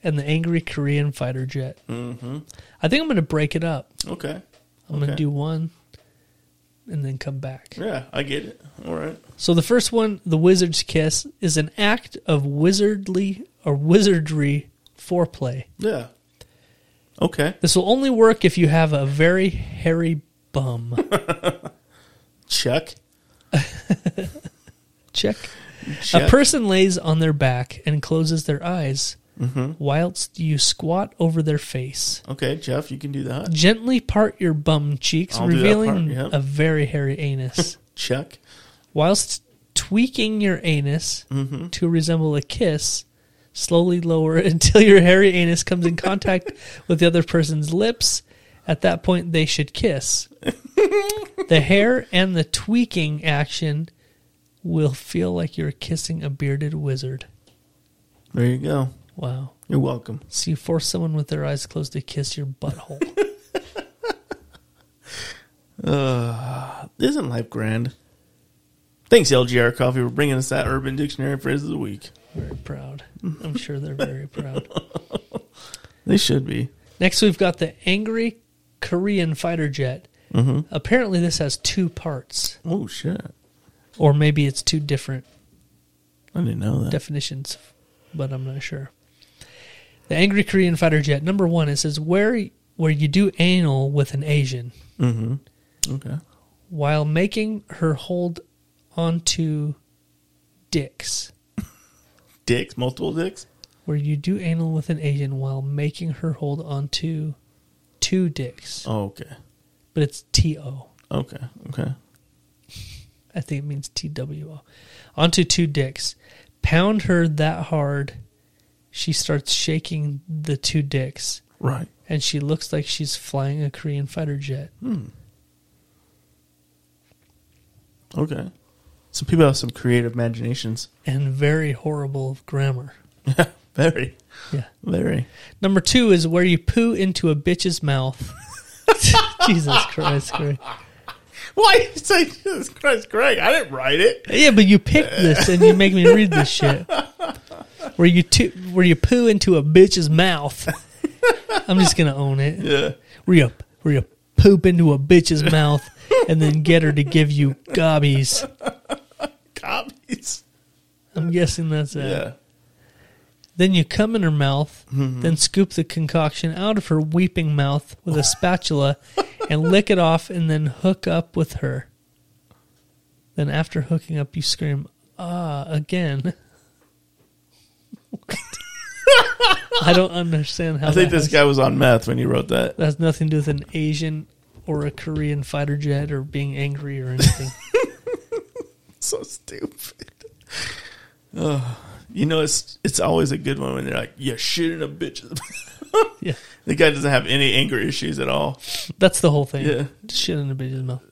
and The Angry Korean Fighter Jet. Mm-hmm. I think I'm going to break it up. Okay. I'm going to Okay. do one and then come back. Yeah, I get it. All right. So the first one, the wizard's kiss, is an act of wizardly or wizardry foreplay. Yeah. Okay. This will only work if you have a very hairy bum. Chuck. Check. Chuck. A person lays on their back and closes their eyes, Mm-hmm. whilst you squat over their face. okay, Jeff, you can do that. Gently part your bum cheeks, I'll do that revealing part, yep. a very hairy anus. Chuck. whilst tweaking your anus to resemble a kiss, slowly lower it until your hairy anus comes in contact with the other person's lips. At that point, they should kiss. the hair and the tweaking action will feel like you're kissing a bearded wizard. There you go. Wow. You're welcome. So you force someone with their eyes closed to kiss your butthole. Isn't life grand? Thanks, LGR Coffee, for bringing us that Urban Dictionary phrase of the week. very proud. I'm sure they're very proud. They should be. Next, we've got the angry Korean fighter jet. Apparently, this has two parts, Oh shit! or maybe it's two different I didn't know that. definitions, but I'm not sure. The angry Korean fighter jet. Number one, it says where where you do anal with an Asian Mm-hmm. okay. while making her hold onto dicks. Dicks, multiple dicks. Where you do anal with an Asian while making her hold onto two dicks, Oh, okay. but it's T O. Okay. Okay. I think it means TWO. Onto two dicks. Pound her that hard, she starts shaking the two dicks, Right. and she looks like she's flying a Korean fighter jet. Okay. Some people have some creative imaginations. And very horrible grammar. Very. Yeah. Very. Number two is where you poo into a bitch's mouth. Jesus Christ, Greg. Why you say Jesus Christ, Greg? I didn't write it. Yeah, but you picked this and you make me read this shit. Where you to, where you poo into a bitch's mouth. I'm just gonna own it. Yeah. where you, where you poop into a bitch's mouth and then get her to give you gobbies. Copies. I'm guessing that's it. Yeah. Then you come in her mouth, Mm-hmm. then scoop the concoction out of her weeping mouth with a spatula and lick it off and then hook up with her. Then after hooking up, you scream, ah, again. I don't understand how I think that this has- guy was on meth when he wrote that. that has nothing to do with an Asian or a Korean fighter jet or being angry or anything. so stupid. Oh, you know, it's it's always a good one when they're like, "You shitting a bitch." yeah. the guy doesn't have any anger issues at all. That's the whole thing. Yeah. Just shit in a bitch's mouth.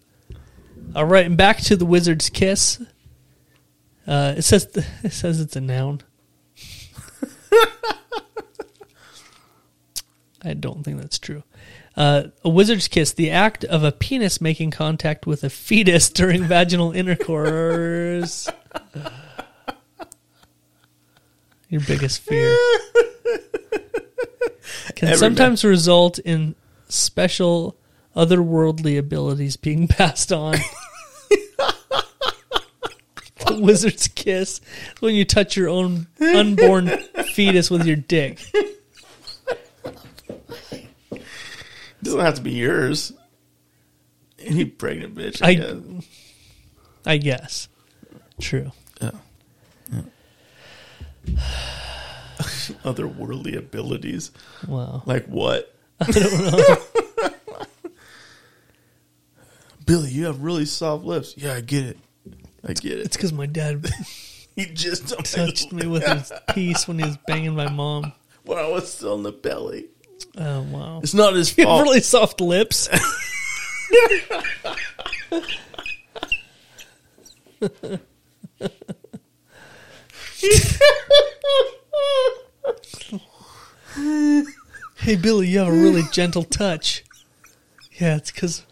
All right, and back to the wizard's kiss. Uh, it says it says it's a noun. I don't think that's true. Uh, a wizard's kiss, the act of a penis making contact with a fetus during vaginal intercourse. Your biggest fear can Every man. sometimes result in special otherworldly abilities being passed on. the wizard's kiss is when you touch your own unborn fetus with your dick. It doesn't have to be yours. Any pregnant bitch. I, I- I guess. guess. True. otherworldly abilities. Wow. Like what? I don't know. Billy, you have really soft lips. Yeah, I get it. I get It's it. because my dad He just touched me with his piece when he was banging my mom. when I was still in the belly. Oh wow! Oh. It's not his You have fault. really soft lips. hey Billy, you have a really gentle touch. Yeah, it's because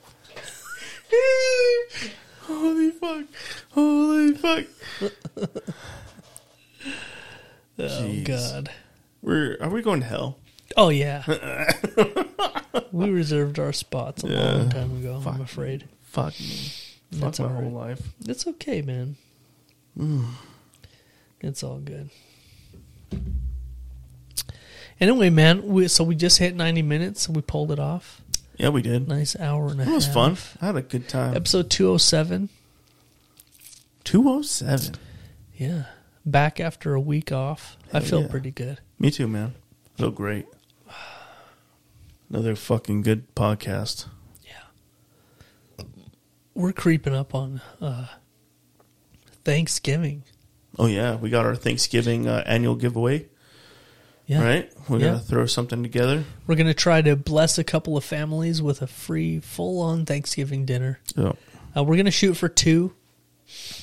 Holy fuck! Holy fuck! oh god. We're are we going to hell? Oh yeah. we reserved our spots a long time ago. I'm afraid. Fuck me. Fuck That's my all whole right. life. It's okay, man. Mm. It's all good. Anyway, man, we, so we just hit 90 minutes and we pulled it off. Yeah, we did. Nice hour and a half. That was fun. I had a good time. Episode 207. Two oh seven. Yeah. Back after a week off. I Hell feel yeah. pretty good. Me too, man. So great. Another fucking good podcast. We're creeping up on uh, Thanksgiving. Oh yeah, we got our Thanksgiving uh, annual giveaway. Yeah. Right, we're Yeah. gonna throw something together. We're going to try to bless a couple of families with a free, full on Thanksgiving dinner. Oh, Uh, we're going to shoot for two.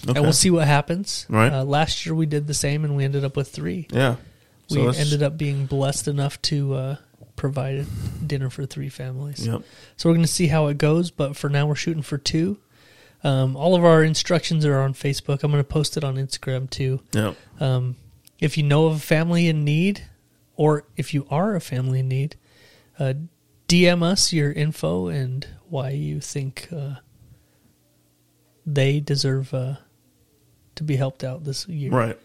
okay. and we'll see what happens. Right. Uh, last year we did the same, and we ended up with three. Yeah, We ended up being blessed enough to uh, provide a dinner for three families. Yep. So we're going to see how it goes, but for now we're shooting for two. Um, all of our instructions are on Facebook. I'm going to post it on Instagram too. Yep. Um, if you know of a family in need, or if you are a family in need, uh, DM us your info and why you think uh, they deserve uh, to be helped out this year. Right.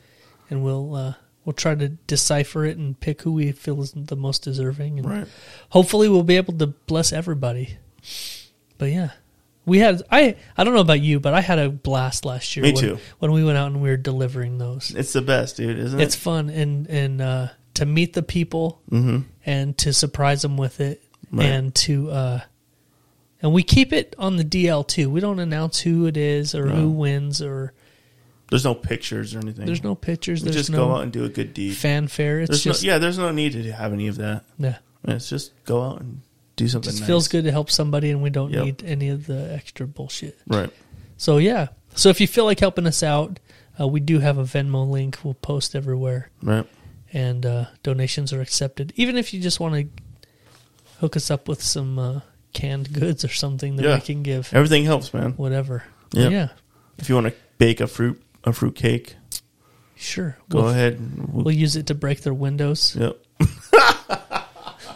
and we'll uh, we'll try to decipher it and pick who we feel is the most deserving. And Right. Hopefully, we'll be able to bless everybody. But yeah. We had I I don't know about you, but I had a blast last year Me when, too. when we went out and we were delivering those It's the best, dude, isn't it's it? fun and and uh, to meet the people and to surprise them with it Mm-hmm. Right. and to uh, and we keep it on the DL too. We don't announce who it is or who wins or There's no pictures or anything. there's no pictures. You There's just no go out and do a good deed. fanfare. It's There's just no, yeah, there's no need to have any of that. yeah. It's just go out and do something. Just nice. feels good to help somebody, and we don't Yep. need any of the extra bullshit. Right. So yeah. So if you feel like helping us out, uh, we do have a Venmo link. We'll post everywhere. Right. and uh, donations are accepted. Even if you just want to hook us up with some uh, canned goods or something that Yeah. we can give, Everything helps, man. whatever. Yep. Yeah, If you want to bake a fruit a fruit cake, sure. go we'll, ahead. We'll use it to break their windows. Yep.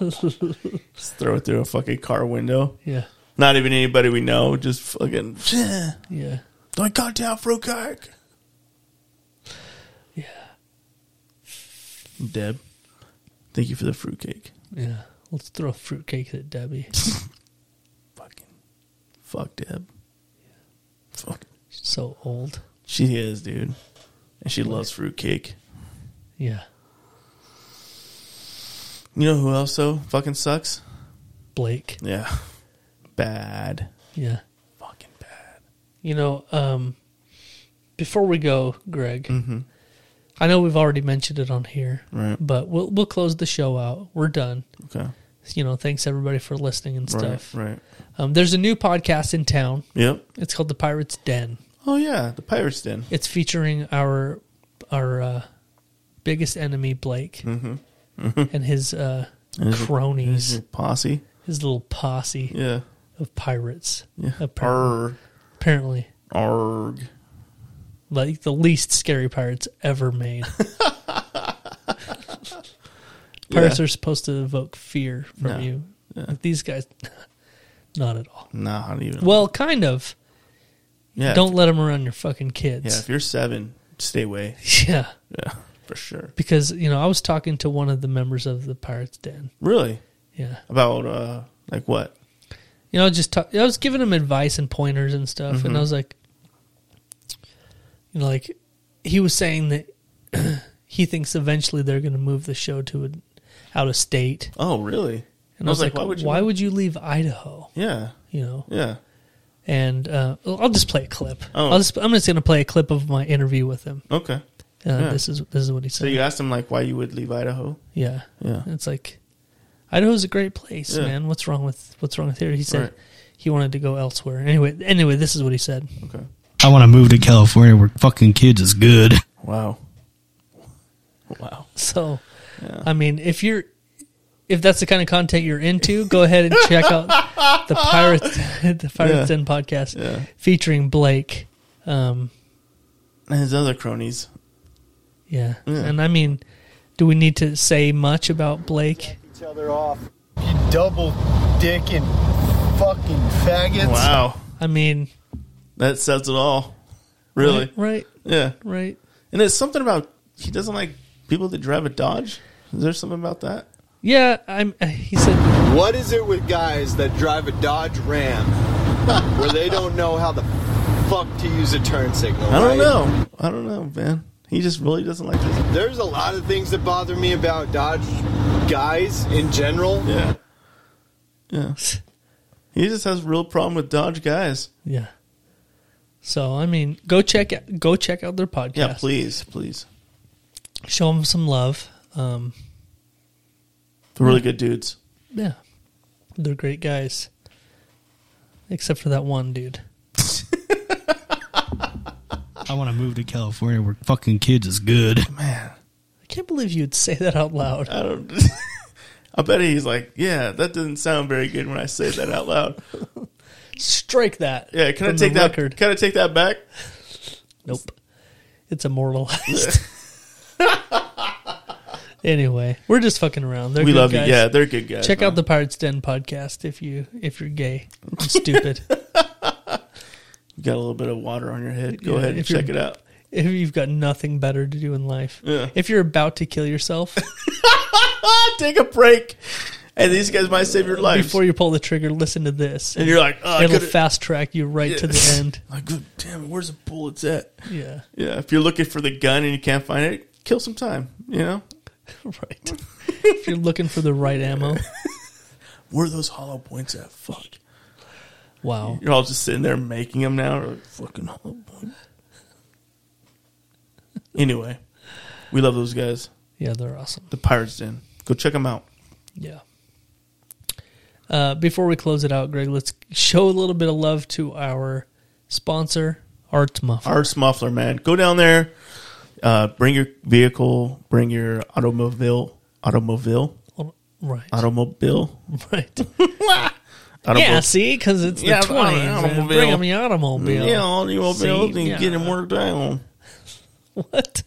just throw it through a fucking car window. Yeah, Not even anybody we know. Just fucking. "Yeah, yeah. I got down fruit cake. Yeah. Deb, thank you for the fruit cake. yeah. Let's throw a fruitcake at Debbie. Fucking. Fuck Deb. Fuck. She's so old. She is, dude. And she loves fruit cake. Yeah. You know who else though? Fucking sucks. Blake. Yeah. Bad. Yeah. Fucking bad. You know, um, before we go, Greg, I know we've already mentioned it on here, Mm-hmm. Right. but we'll we'll close the show out. We're done. Okay. You know, thanks everybody for listening and stuff. Right. Right. Um, there's a new podcast in town. Yep. It's called The Pirates Den. Oh yeah, the Pirates Den. It's featuring our our uh, biggest enemy Blake and his uh, Mm-hmm. And his- cronies, his posse. his little posse Yeah. of pirates. Yeah. Apparently, Arg. apparently, Arg. like the least scary pirates ever made. pirates Yeah. are supposed to evoke fear from No. you. But These guys, not at all. Nah, not even. Well, kind of. yeah. Don't let them around your fucking Yeah. kids. If you're seven, stay away. yeah. Yeah, for sure. because you know I was talking to one of the members of the Pirates Den. Really? Yeah, About uh, like what? you know, I just talk, I was giving him advice and pointers and stuff, and I was like, you know, like he was saying that he thinks eventually they're going to move the show to an out of state, Oh, really? and And I was, like, why would you? Why would you leave Idaho? Yeah. You know. Yeah. And uh, I'll just play a clip. Oh. I'll just, I'm just going to play a clip of my interview with him. Okay. Uh, This is this is what he said. So you asked him like why you would leave Idaho? Yeah. Yeah. It's like Idaho's a great place, Yeah. man. What's wrong with what's wrong with here? He said Right. he wanted to go elsewhere. Anyway, anyway, this is what he said. Okay. I want to move to California where fucking kids is good. Wow. Wow. So, I mean, if you're if that's the kind of content you're into, go ahead and check out the Pirates the Pirates Yeah. Den podcast Yeah. featuring Blake. Um, And his other cronies. yeah. Yeah. And I mean, do we need to say much about Blake? each other off. You double dicking fucking faggots. Wow. I mean, That says it all. Really? Right, right. Yeah. Right. And there's something about he doesn't like people that drive a Dodge. Is there something about that? Yeah, I'm he said What is it with guys that drive a Dodge Ram where they don't know how the fuck to use a turn signal? I don't right? know. I don't know, man. He just really doesn't like this. There's a lot of things that bother me about Dodge guys in general. Yeah. Yeah. He just has a real problem with Dodge guys. Yeah. So I mean, go check out, go check out their podcast. Yeah, please, please. Show them some love. Um, They're really good dudes. yeah, they're great guys, except for that one dude. I want to move to California where fucking kids is good. I can't believe you'd say that out loud. I don't I bet he's like, Yeah, that doesn't sound very good when I say that out loud. Strike that. Yeah, can I from the take that record? can I take that back? Nope. It's immortalized. anyway, we're just fucking around. They're We good love you. guys. Yeah, they're good guys, Check man. out the Pirates Den podcast if you if you're gay, and stupid. You got a little bit of water on your head. Go Yeah, ahead and if you're- check it out. If you've got nothing better to do in life, Yeah. if you're about to kill yourself Take a break. And these guys might save your life. before you pull the trigger, listen to this, and you're like, oh, I it'll could've- fast track you right to the Yeah. end. Like, good damn, where's the bullets at? Yeah, Yeah, if you're looking for the gun and you can't find it, kill some time. You know, right. if you're looking for the right ammo, where are those hollow points at? Fuck, wow. you're all just sitting there making them now. Or fucking hollow point. Anyway, we love those guys, Yeah, they're awesome. the Pirates Den. Go check them out. Yeah. Uh, before we close it out, Greg, let's show a little bit of love to our sponsor, Art Muffler. Arts Muffler, man. Go down there. Uh, bring your vehicle. Bring your automobile. Automobile. Right, Automobile. right. yeah, Automobile. see, because it's Yeah, the twenties. automobile. Bring them the automobile. Yeah, automobile. See, and yeah. get him worked down. What?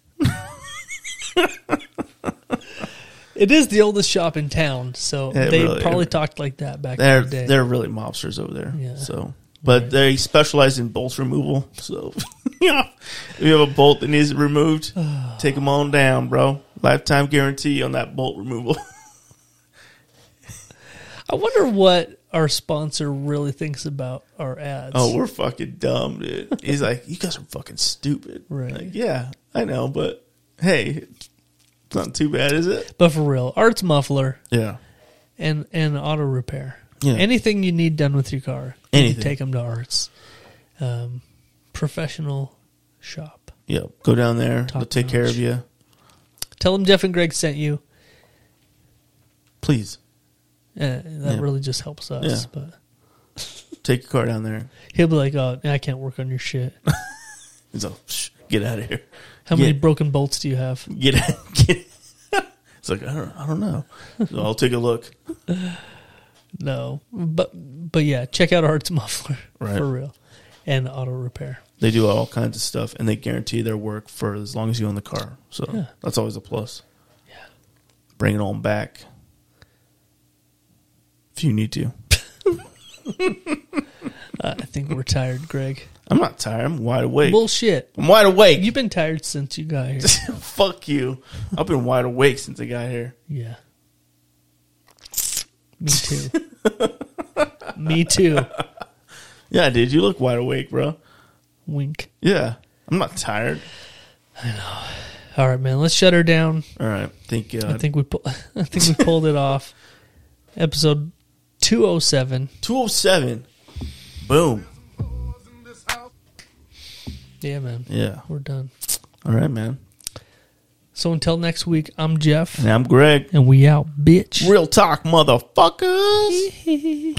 it is the oldest shop in town, so It they really- probably it- talked like that back They're in the day. they're really mobsters over there. Yeah. So, but they specialize in bolt removal. So, yeah, if you have a bolt that needs removed, take them on down, bro. Lifetime guarantee on that bolt removal. I wonder what our sponsor really thinks about our ads. oh, we're fucking dumb, dude. He's like, you guys are fucking stupid. Right. Like, yeah, I know, but hey, it's not too bad, is it? but for real, Arts Muffler Yeah. and and auto repair. Yeah. Anything you need done with your car, you can Anything. take them to Arts. Um, professional shop. Yeah. Go down there. They'll Top take care notch. of you. Tell them Jeff and Greg sent you. Please Uh, that Yeah. really just helps us. Yeah. But take your car down there. he'll be like, "Oh, I can't work on your shit." He's like, Psh, get out of here. How many Yeah. broken bolts do you have? get get. It's like I don't, I don't know. So I'll take a look. No, but but yeah, check out Arts Muffler Right. for real, and auto repair. They do all kinds of stuff, and they guarantee their work for as long as you own the car. So Yeah. that's always a plus. Yeah, bring it on back if you need to. I think we're tired, Greg. I'm not tired. I'm wide awake. Bullshit. I'm wide awake. You've been tired since you got here. Fuck you. I've been wide awake since I got here. Yeah. Me too. Me too. Yeah, dude, you look wide awake, bro. Wink. Yeah, I'm not tired. All right, man. Let's shut her down. All right, thank God. I think we pu- I think we pulled it off. Episode 207. 207. Boom. Yeah, man. Yeah. We're done. All right, man. So until next week, I'm Jeff. And I'm Greg. And we out, bitch. Real talk, motherfuckers.